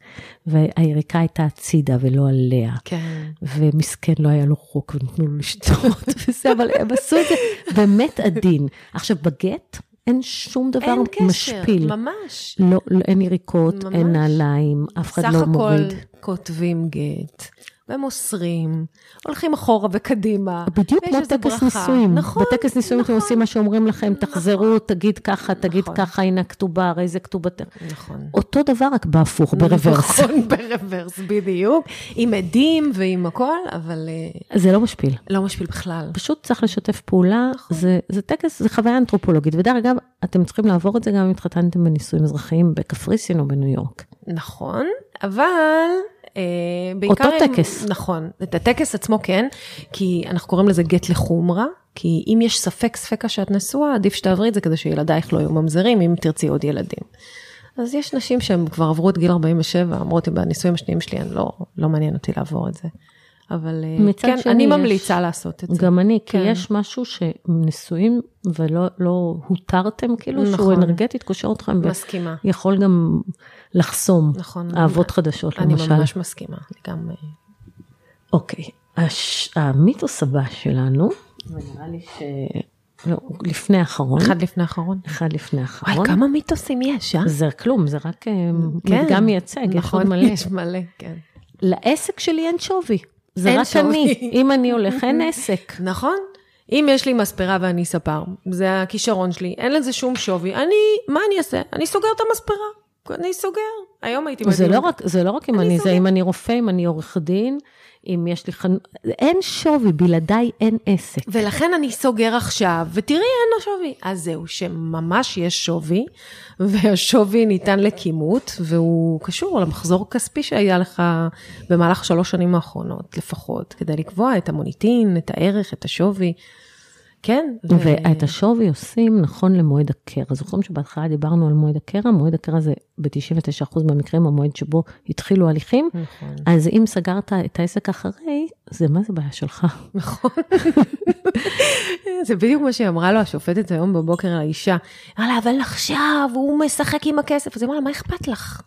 S3: והיריקה הייתה הצידה ולא עליה.
S1: כן.
S3: ומסכן לא היה לו חוק ונתנו לו לשתות וזה, אבל הם עשו את זה באמת עדין. עכשיו, בגט אין שום דבר
S1: אין קשר,
S3: משפיל.
S1: ממש.
S3: לא, לא, אין יריקות,
S1: ממש.
S3: אין נעליים, אף אחד
S1: סך
S3: לא
S1: הכל
S3: מוריד.
S1: כותבים גט, ומוסרים, הולכים אחורה וקדימה.
S3: בדיוק
S1: ויש
S3: כמו
S1: איזה
S3: טקס
S1: ברכה.
S3: נישואים.
S1: נכון,
S3: בטקס נישואים אתם עושים מה שאומרים לכם, תחזרו, תגיד ככה, תגיד
S1: נכון.
S3: ככה, הנה הכתובה, הרי זה כתובתך.
S1: נכון.
S3: אותו דבר, רק בהפוך, ברוורס.
S1: נכון, ברוורס, בדיוק. עם עדים ועם הכל, אבל אה,
S3: זה לא משפיל.
S1: לא משפיל בכלל.
S3: פשוט צריך לשתף פעולה,
S1: נכון.
S3: זה, זה טקס, זה חוויה אנתרופולוגית. ודרך אגב, אתם צריכים לעבור את זה גם אם התחתנתם בנישואים אזרחיים בקפריסין או בניו יורק.
S1: נכון, אבל... אה, בעיקר
S3: אותו
S1: אם-
S3: טקס.
S1: נכון, את הטקס עצמו כן, כי אנחנו קוראים לזה גט לחומרה, כי אם יש ספק ספקה שאת נשואה, עדיף שתעברי את זה כדי שילדייך לא יהיו ממזרים, אם תרצי עוד ילדים. אז יש נשים שהן כבר עברו את גיל 47, אמרות, בנישואים השניים שלי, אני לא, לא מעניין אותי לעבור את זה. אבל אה,
S3: מצד
S1: כן,
S3: שני
S1: אני
S3: יש-
S1: ממליצה לעשות את זה.
S3: גם אני, כי
S1: כן.
S3: יש משהו שנשואים ולא לא הותרתם, כאילו, שהוא
S1: נכון.
S3: אנרגטית, קושר אתכם,
S1: מסכימה.
S3: ויכול גם לחסום
S1: נכון.
S3: אהבות חדשות,
S1: אני
S3: למשל.
S1: ממש מסכימה, אני גם... אה,
S3: אוקיי, הש... המיתוס הבא שלנו, ונראה לי ש... לא, לפני האחרון.
S1: אחד לפני האחרון.
S3: אחד לפני האחרון.
S1: וואי, כמה מיתוסים יש, אה?
S3: זה כלום, זה רק אה,
S1: כן.
S3: מדגם מייצג, יש עוד
S1: נכון,
S3: מלא.
S1: יש מלא, כן.
S3: לעסק שלי אין שווי. זה
S1: אין
S3: רק
S1: טוב.
S3: אני, אם אני הולך, אין עסק.
S1: נכון. אם יש לי מספרה ואני ספר, זה הכישרון שלי, אין לזה שום שווי, אני, מה אני אעשה? אני סוגר את המספרה. אני סוגר. היום הייתי...
S3: זה
S1: בדיון.
S3: לא רק, זה לא רק אם
S1: אני
S3: אני, זה
S1: סוגרת.
S3: אם אני רופא, אם אני עורך דין, אם יש לי חנות, אין שווי, בלעדיי אין עסק.
S1: ולכן אני סוגר עכשיו, ותראי, אין לו שווי. אז זהו, שממש יש שווי, והשווי ניתן לכימות, והוא קשור למחזור כספי שהיה לך במהלך שלוש שנים האחרונות לפחות, כדי לקבוע את המוניטין, את הערך, את השווי. כן, ו-
S3: ואת השווי עושים נכון למועד הקרע. זוכרים שבהתחלה דיברנו על מועד הקרע, מועד הקרע זה ב-99% מהמקרים המועד שבו התחילו הליכים,
S1: נכון.
S3: אז אם סגרת את העסק אחרי, זה מה זה בעיה שלך?
S1: נכון. זה בדיוק מה שאמרה לו השופטת היום בבוקר לאישה. אמרה לה, אבל עכשיו הוא משחק עם הכסף. אז היא אמרה לה, מה אכפת לך?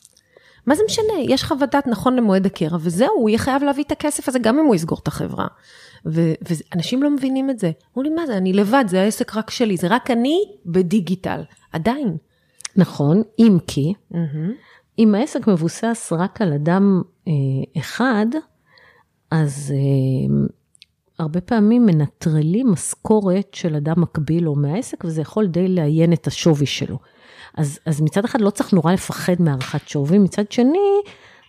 S1: מה זה משנה? יש חוות דעת נכון למועד הקרע, וזהו, הוא יהיה חייב להביא את הכסף הזה גם אם הוא יסגור את החברה. ו- ואנשים לא מבינים את זה. אמרו לי, מה זה, אני לבד, זה העסק רק שלי, זה רק אני בדיגיטל. עדיין.
S3: נכון, אם כי, אם העסק מבוסס רק על אדם אה, אחד, אז אה, הרבה פעמים מנטרלים משכורת של אדם מקביל או מהעסק, וזה יכול די לאיין את השווי שלו. אז, אז מצד אחד לא צריך נורא לפחד מהערכת שווי, מצד שני,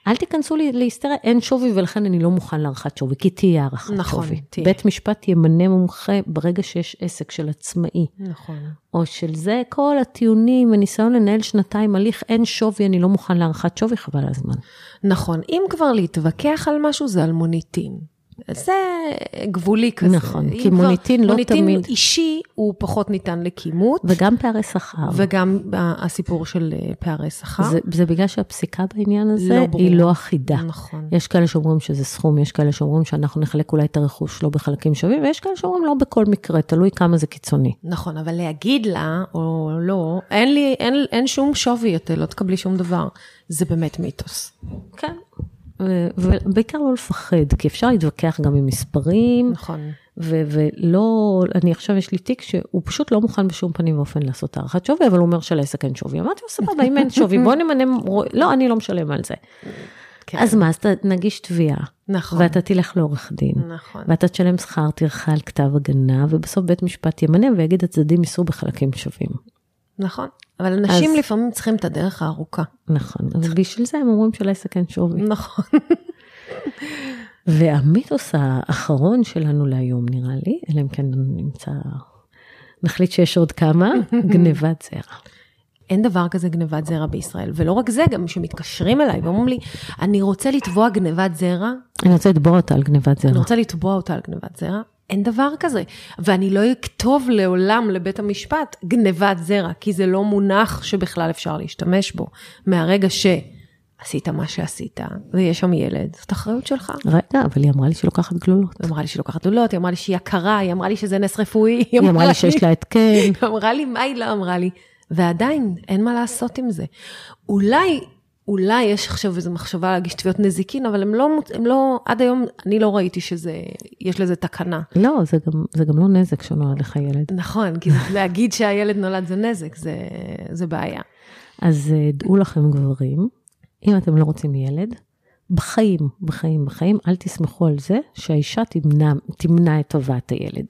S3: אל תיכנסו לי- להיסטריה, אין שווי ולכן אני לא מוכן להערכת שווי, כי תהיה הערכת
S1: נכון,
S3: שווי.
S1: תהיה.
S3: בית משפט ימנה מומחה ברגע שיש עסק של עצמאי.
S1: נכון.
S3: או של זה, כל הטיעונים, הניסיון לנהל שנתיים הליך, אין שווי, אני לא מוכן להערכת שווי, חבל על הזמן.
S1: נכון, אם כבר להתווכח על משהו, זה על מוניטין. זה גבולי כזה.
S3: נכון,
S1: אם כבר-
S3: כי מוניטין לא
S1: מוניטין
S3: תמיד-
S1: אישי הוא פחות ניתן לכימות,
S3: וגם פערי שכר.
S1: וגם ה- הסיפור של אה, פערי שכר.
S3: זה, זה בגלל שהפסיקה בעניין הזה
S1: לא
S3: לא
S1: ברורה.
S3: היא לא אחידה.
S1: נכון.
S3: יש כאלה שאומרים שזה סכום, יש כאלה שאומרים שאנחנו נחלק אולי את הרכוש לא בחלקים שווים, ויש כאלה שאומרים לא בכל מקרה, תלוי כמה זה קיצוני.
S1: נכון, אבל להגיד לה, או לא, אין לי, אין, אין שום שווי, את לא תקבלי שום דבר. זה באמת מיתוס.
S3: כן. ובעיקר לא לפחד, כי אפשר להתווכח גם עם מספרים,
S1: נכון.
S3: ו- ולא, אני עכשיו יש לי תיק שהוא פשוט לא מוכן בשום פנים ואופן לעשות הערכת שווי, אבל הוא אומר שלעסק אין שווי. אמרתי לו, סבבה, אם אין שווי, בוא נמנה, רו- לא, אני לא משלם על זה.
S1: כן.
S3: אז מה, אז אתה נגיש תביעה,
S1: נכון.
S3: ואתה תלך לעורך דין,
S1: נכון.
S3: ואתה תשלם שכר טרחה על כתב הגנה, ובסוף בית משפט ימנה ויגיד, הצדדים יישאו בחלקים שווים.
S1: נכון. אבל אנשים
S3: אז-
S1: לפעמים צריכים את הדרך הארוכה.
S3: נכון, אז בשביל זה הם אומרים שלעסק אין שווי.
S1: נכון.
S3: והמיתוס האחרון שלנו להיום נראה לי, אלא אם כן נמצא, נחליט שיש עוד כמה, גנבת זרע.
S1: אין דבר כזה גנבת זרע בישראל. ולא רק זה, גם שמתקשרים אליי ואומרים לי, אני רוצה לתבוע גנבת זרע,
S3: אני רוצה לתבוע אותה על גנבת
S1: אני
S3: זרע.
S1: רוצה לתבוע אותה על גנבת זרע, אין דבר כזה. ואני לא אכתוב לעולם לבית המשפט גנבת זרע, כי זה לא מונח שבכלל אפשר להשתמש בו. מהרגע שעשית מה שעשית, ויש שם ילד, זאת אחריות שלך.
S3: רגע, אבל היא אמרה לי שהיא לוקחת גלולות.
S1: היא אמרה לי שהיא לוקחת דולות, היא אמרה לי שהיא עקרה, היא אמרה לי שזה נס רפואי.
S3: היא אמרה לי שיש לה כן. התקן.
S1: היא אמרה לי, מה היא לא אמרה לי? ועדיין, אין מה לעשות עם זה. אולי, אולי יש עכשיו איזו מחשבה להגיש תביעות נזיקין, אבל הם לא, מוצ- הם לא, עד היום אני לא ראיתי שזה, יש לזה תקנה.
S3: לא, זה גם, זה גם לא נזק שנולד לך ילד.
S1: נכון, כי זה להגיד שהילד נולד זה נזק, זה, זה בעיה.
S3: אז אה, דעו לכם גברים, אם אתם לא רוצים ילד, בחיים, בחיים, בחיים, אל תסמכו על זה שהאישה תמנע, תמנע את טובת הילד.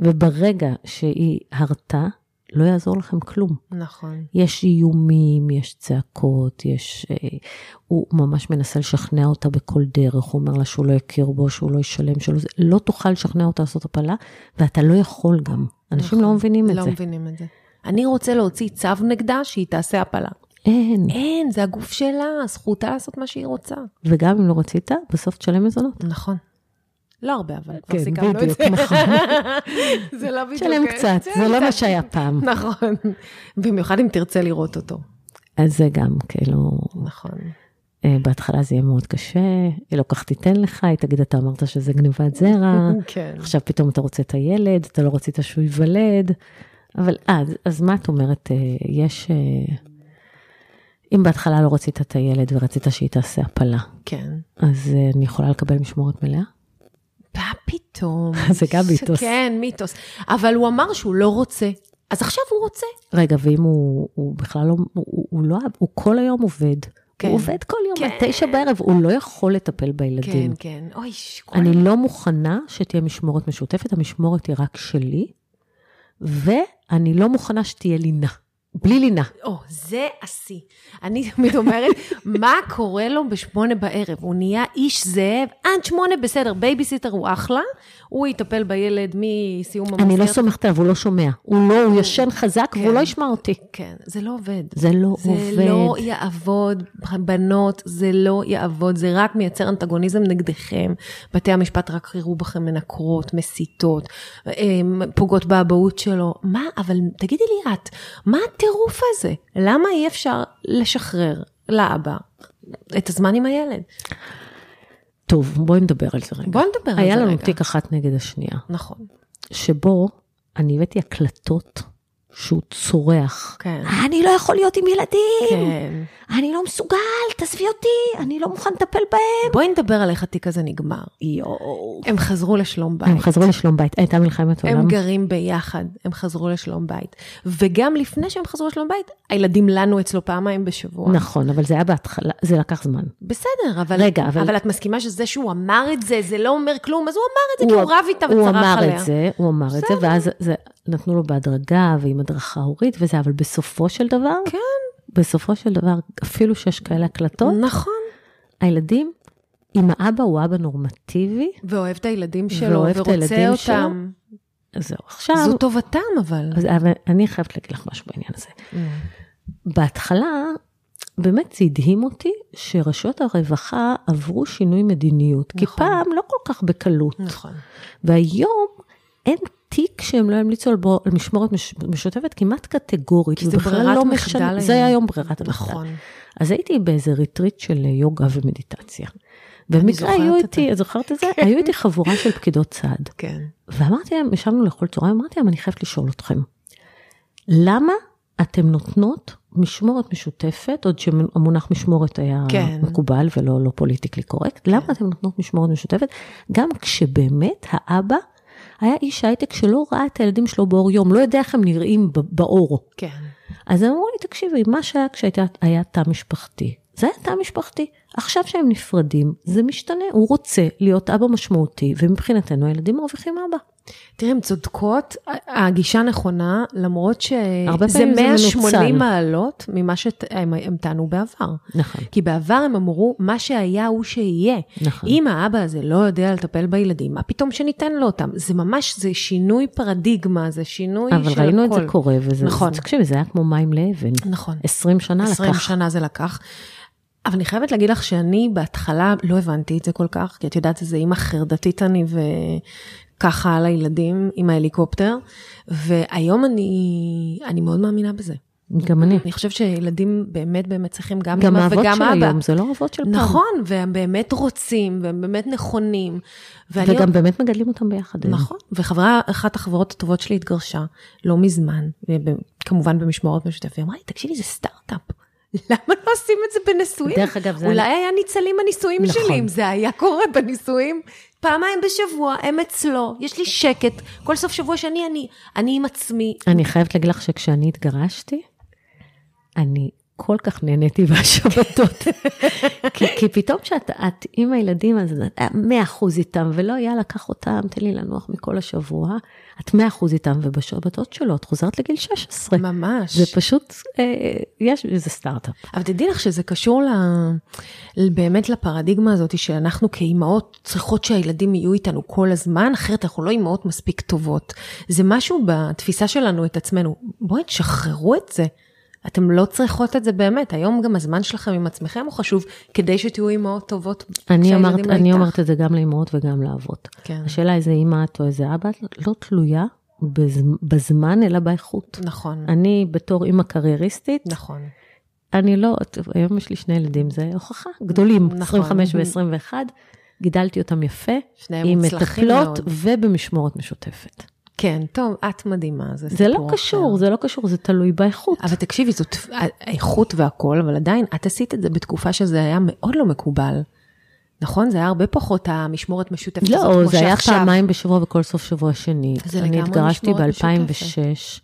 S3: וברגע שהיא הרתה, לא יעזור לכם כלום.
S1: נכון.
S3: יש איומים, יש צעקות, יש... אה, הוא ממש מנסה לשכנע אותה בכל דרך, הוא אומר לה שהוא לא יכיר בו, שהוא לא ישלם, שלא... זה- לא תוכל לשכנע אותה לעשות הפלה, ואתה לא יכול גם. אנשים לא מבינים את
S1: לא
S3: זה.
S1: מבינים את זה. אני רוצה להוציא צו נגדה שהיא תעשה הפלה.
S3: אין.
S1: אין, זה הגוף שלה, זכותה לעשות מה שהיא רוצה.
S3: וגם אם לא רצית, בסוף תשלם מזונות.
S1: נכון. לא הרבה, אבל כבר
S3: כן,
S1: סיכמנו את
S3: בדיוק,
S1: זה.
S3: נכון.
S1: זה לא בדיוק...
S3: תשלם קצת,
S1: תשלם
S3: זה לא מה
S1: קצת.
S3: שהיה פעם.
S1: נכון. במיוחד אם תרצה לראות אותו.
S3: אז זה גם, כאילו,
S1: נכון.
S3: אה, בהתחלה זה יהיה מאוד קשה, היא לא כל כך תיתן לך, היא תגיד, אתה אמרת שזה גניבת זרע.
S1: כן.
S3: עכשיו פתאום אתה רוצה את הילד, אתה לא רצית שהוא ייוולד, אבל אז, אז מה את אומרת, אה, יש... אה, אם בהתחלה לא רצית את הילד ורצית שהיא תעשה הפלה,
S1: כן.
S3: אז אה, אני יכולה לקבל משמורת מלאה?
S1: מה פתאום?
S3: זה גם מיתוס.
S1: כן, מיתוס. אבל הוא אמר שהוא לא רוצה. אז עכשיו הוא רוצה.
S3: רגע, ואם הוא, הוא בכלל לא, הוא, הוא לא, הוא כל היום עובד,
S1: כן.
S3: הוא עובד כל יום עד
S1: כן.
S3: תשע בערב, הוא לא יכול לטפל בילדים.
S1: כן, כן. אוי, שקועה.
S3: אני לא מוכנה שתהיה משמורת משותפת, המשמורת היא רק שלי, ואני לא מוכנה שתהיה לינה. בלי לינה.
S1: או, זה השיא. אני תמיד אומרת, מה קורה לו בשמונה בערב? הוא נהיה איש זאב, עד שמונה בסדר, בייביסיטר הוא אחלה, הוא יטפל בילד מסיום המסגרת.
S3: אני לא סומכת עליו, הוא לא שומע. הוא לא, הוא ישן חזק והוא
S1: כן.
S3: לא ישמע אותי.
S1: כן, זה לא עובד.
S3: זה לא
S1: זה
S3: עובד.
S1: לא יעבוד, בנות, זה לא יעבוד, זה רק מייצר אנטגוניזם נגדכם. בתי המשפט רק יראו בכם מנקרות, מסיתות, אמ, פוגעות באבהות שלו. מה, אבל תגידי לי את, מה הטירוף הזה? למה אי אפשר לשחרר לאבא את הזמן עם הילד?
S3: טוב, בואי נדבר על זה רגע.
S1: בוא נדבר על זה רגע.
S3: היה לנו תיק אחת נגד השנייה,
S1: נכון,
S3: שבו אני הבאתי הקלטות שהוא צורח.
S1: כן.
S3: אני לא יכול להיות עם ילדים!
S1: כן.
S3: אני לא מסוגל, תעזבי אותי, אני לא מוכן לטפל בהם.
S1: בואי נדבר על איך התיק הזה נגמר.
S3: יואו.
S1: הם חזרו לשלום בית.
S3: הם חזרו לשלום בית, הייתה מלחמת עולם.
S1: הם גרים ביחד, הם חזרו לשלום בית. וגם לפני שהם חזרו לשלום בית, הילדים לנו אצלו פעמיים בשבוע.
S3: נכון, אבל זה היה בהתחלה, זה לקח זמן.
S1: בסדר, אבל,
S3: רגע, אבל-
S1: אבל את מסכימה שזה שהוא אמר את זה, זה לא אומר כלום, אז הוא אמר את זה כי הוא רב איתה
S3: הוא
S1: וצרח עליה.
S3: אמר את זה, הוא אמר את זה, ואז זה, נתנו לו בהדרגה ועם הדרכה הורית וזה, אבל בסופו של דבר,
S1: כן.
S3: בסופו של דבר, אפילו שיש כאלה הקלטות,
S1: נכון.
S3: הילדים, אם האבא הוא אבא נורמטיבי,
S1: ואוהב את הילדים שלו,
S3: ואוהב את
S1: ורוצה
S3: הילדים שלו.
S1: אותם.
S3: אז זהו. עכשיו,
S1: זו טובתם אבל.
S3: אז, אבל אני חייבת להגיד לך משהו בעניין הזה. בהתחלה, באמת זה הדהים אותי שרשויות הרווחה עברו שינוי מדיניות, כי
S1: נכון.
S3: פעם לא כל כך בקלות.
S1: נכון.
S3: והיום אין תיק שהם לא ימליצו על, בו, על משמורת מש, משותפת כמעט קטגורית.
S1: כי זה
S3: ובכלל
S1: ברירת
S3: לא
S1: מחדל היום.
S3: זה היה היום ברירת המחדל.
S1: נכון.
S3: אז הייתי באיזה ריטריט של אה, יוגה ומדיטציה. במקרה
S1: זוכרת
S3: היו
S1: את
S3: איתי, את זוכרת את זה? היו איתי חבורה של פקידות סעד.
S1: כן.
S3: ואמרתי להם, ישבנו לאכול צהריים, אמרתי להם, אני חייבת לשאול אתכם, למה אתם נותנות משמורת משותפת, עוד שהמונח משמורת היה
S1: כן.
S3: כן. מקובל ולא לא פוליטיקלי קורקט, למה אתם נותנות משמורת משותפת, גם כשבאמת האבא היה איש הייטק שלא ראה את הילדים שלו באור יום, לא יודע איך הם נראים ב- באור.
S1: כן.
S3: אז הם אמרו לי, תקשיבי, מה שהיה כשהיה תא משפחתי, זה היה תא משפחתי. עכשיו שהם נפרדים, זה משתנה, הוא רוצה להיות אבא משמעותי, ומבחינתנו הילדים מרוויחים אבא.
S1: תראי, הן צודקות, הגישה נכונה, למרות
S3: הרבה
S1: שזה
S3: פעמים זה
S1: 180
S3: מנוצל.
S1: מעלות ממה שהם טענו בעבר.
S3: נכון.
S1: כי בעבר הם אמרו, מה שהיה הוא שיהיה.
S3: נכון.
S1: אם האבא הזה לא יודע לטפל בילדים, מה פתאום שניתן לו אותם? זה ממש, זה שינוי פרדיגמה, זה שינוי של
S3: אבל
S1: הכל.
S3: ראינו את זה קורה, וזה,
S1: נכון.
S3: נכון. תקשיבי, זה היה כמו מים לאבן.
S1: נכון.
S3: 20 שנה
S1: 20
S3: לקח.
S1: שנה זה לקח. אבל אני חייבת להגיד לך שאני בהתחלה לא הבנתי את זה כל כך, כי את יודעת איזה אימא חרדתית אני וככה על הילדים עם ההליקופטר, והיום אני, אני מאוד מאמינה בזה.
S3: גם אני.
S1: אני חושבת שילדים באמת באמת צריכים גם,
S3: גם
S1: אימא
S3: האבות
S1: וגם
S3: של
S1: אבא.
S3: היום, זה לא אבות של פעם.
S1: נכון, והם באמת רוצים, והם באמת נכונים. ואני-
S3: וגם באמת מגדלים אותם ביחד. היום.
S1: נכון, וחברה, אחת החברות הטובות שלי התגרשה לא מזמן, כמובן במשמורת משותפת, היא אמרה לי, תקשיבי, זה סטארט-אפ. למה לא עושים את זה בנישואים?
S3: דרך אגב, זה
S1: אולי
S3: היה-
S1: היה ניצלים הנישואים
S3: נכון.
S1: שלי, אם זה היה קורה בנישואים. פעמיים בשבוע, הם אצלו, יש לי שקט, כל סוף שבוע שאני אני, אני עם עצמי.
S3: אני חייבת להגיד לך שכשאני התגרשתי, אני כל כך נהניתי מהשבתות. כי, כי פתאום כשאת את עם הילדים, אז את 100% איתם, ולא יאללה, קח אותם, תן לי לנוח מכל השבוע. את 100% איתם, ובשבתות שלו את חוזרת לגיל 16.
S1: ממש.
S3: זה פשוט, אה, יש, זה סטארט-אפ.
S1: אבל תדעי לך שזה קשור ל... ל- באמת לפרדיגמה הזאת שאנחנו כאימהות צריכות שהילדים יהיו איתנו כל הזמן, אחרת אנחנו לא אימהות מספיק טובות. זה משהו בתפיסה שלנו את עצמנו, בואי תשחררו את זה. אתם לא צריכות את זה באמת, היום גם הזמן שלכם עם עצמכם הוא חשוב כדי שתהיו אימהות טובות.
S3: אני,
S1: כשהילדים
S3: אמרת,
S1: לא
S3: אני
S1: איתך.
S3: אומרת את זה גם לאמהות וגם לאבות.
S1: כן.
S3: השאלה איזה אימא את או איזה אבא, את לא תלויה בז, בזמן, אלא באיכות.
S1: נכון,
S3: אני בתור אימא קרייריסטית,
S1: נכון.
S3: אני לא, היום יש לי שני ילדים, זה הוכחה, גדולים,
S1: נכון.
S3: 25 ו-21, גידלתי אותם יפה,
S1: שניהם
S3: עם
S1: מוצלחים
S3: מטפלות
S1: מאוד.
S3: ובמשמורת משותפת.
S1: כן, טוב, את מדהימה, זה
S3: זה
S1: סיפור
S3: לא
S1: אחר.
S3: קשור, זה לא קשור, זה תלוי באיכות.
S1: אבל תקשיבי, זאת האיכות והכל, אבל עדיין את עשית את זה בתקופה שזה היה מאוד לא מקובל. נכון? זה היה הרבה פחות המשמורת משותפת הזאת,
S3: לא,
S1: כמו
S3: זה היה
S1: שעכשיו.
S3: פעמיים בשבוע וכל סוף שבוע שני.
S1: זה
S3: אני
S1: לגמרי
S3: התגרשתי
S1: משמורת
S3: ב-2006,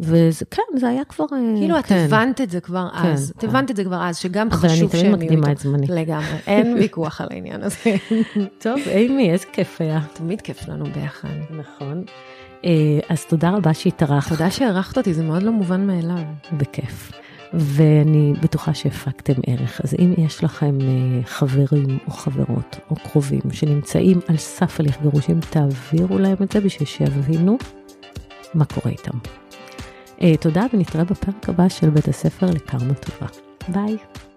S3: וזה, כן, זה היה כבר... אה,
S1: כאילו, את
S2: כן.
S1: הבנת את זה כבר
S3: כן,
S1: אז. את
S3: כן.
S1: הבנת את זה כבר אז, שגם
S3: אבל אני
S1: חשוב
S3: תמיד
S1: שהם יהיו איתו.
S3: מקדימה את זמני.
S1: לגמרי, אין ויכוח על העניין הזה.
S3: טוב, אימי, איזה כיף היה.
S1: תמיד כיף לנו ביחד.
S3: נכון. אה, אז תודה רבה שהתארחת.
S1: תודה שהערכת אותי, זה מאוד לא מובן מאליו.
S3: בכיף. ואני בטוחה שהפקתם ערך. אז אם יש לכם אה, חברים או חברות או קרובים שנמצאים על סף הליך גירושים, תעבירו להם את זה בשביל שיבינו מה קורה איתם. אה, תודה ונתראה בפרק הבא של בית הספר לקרמה טובה. ביי.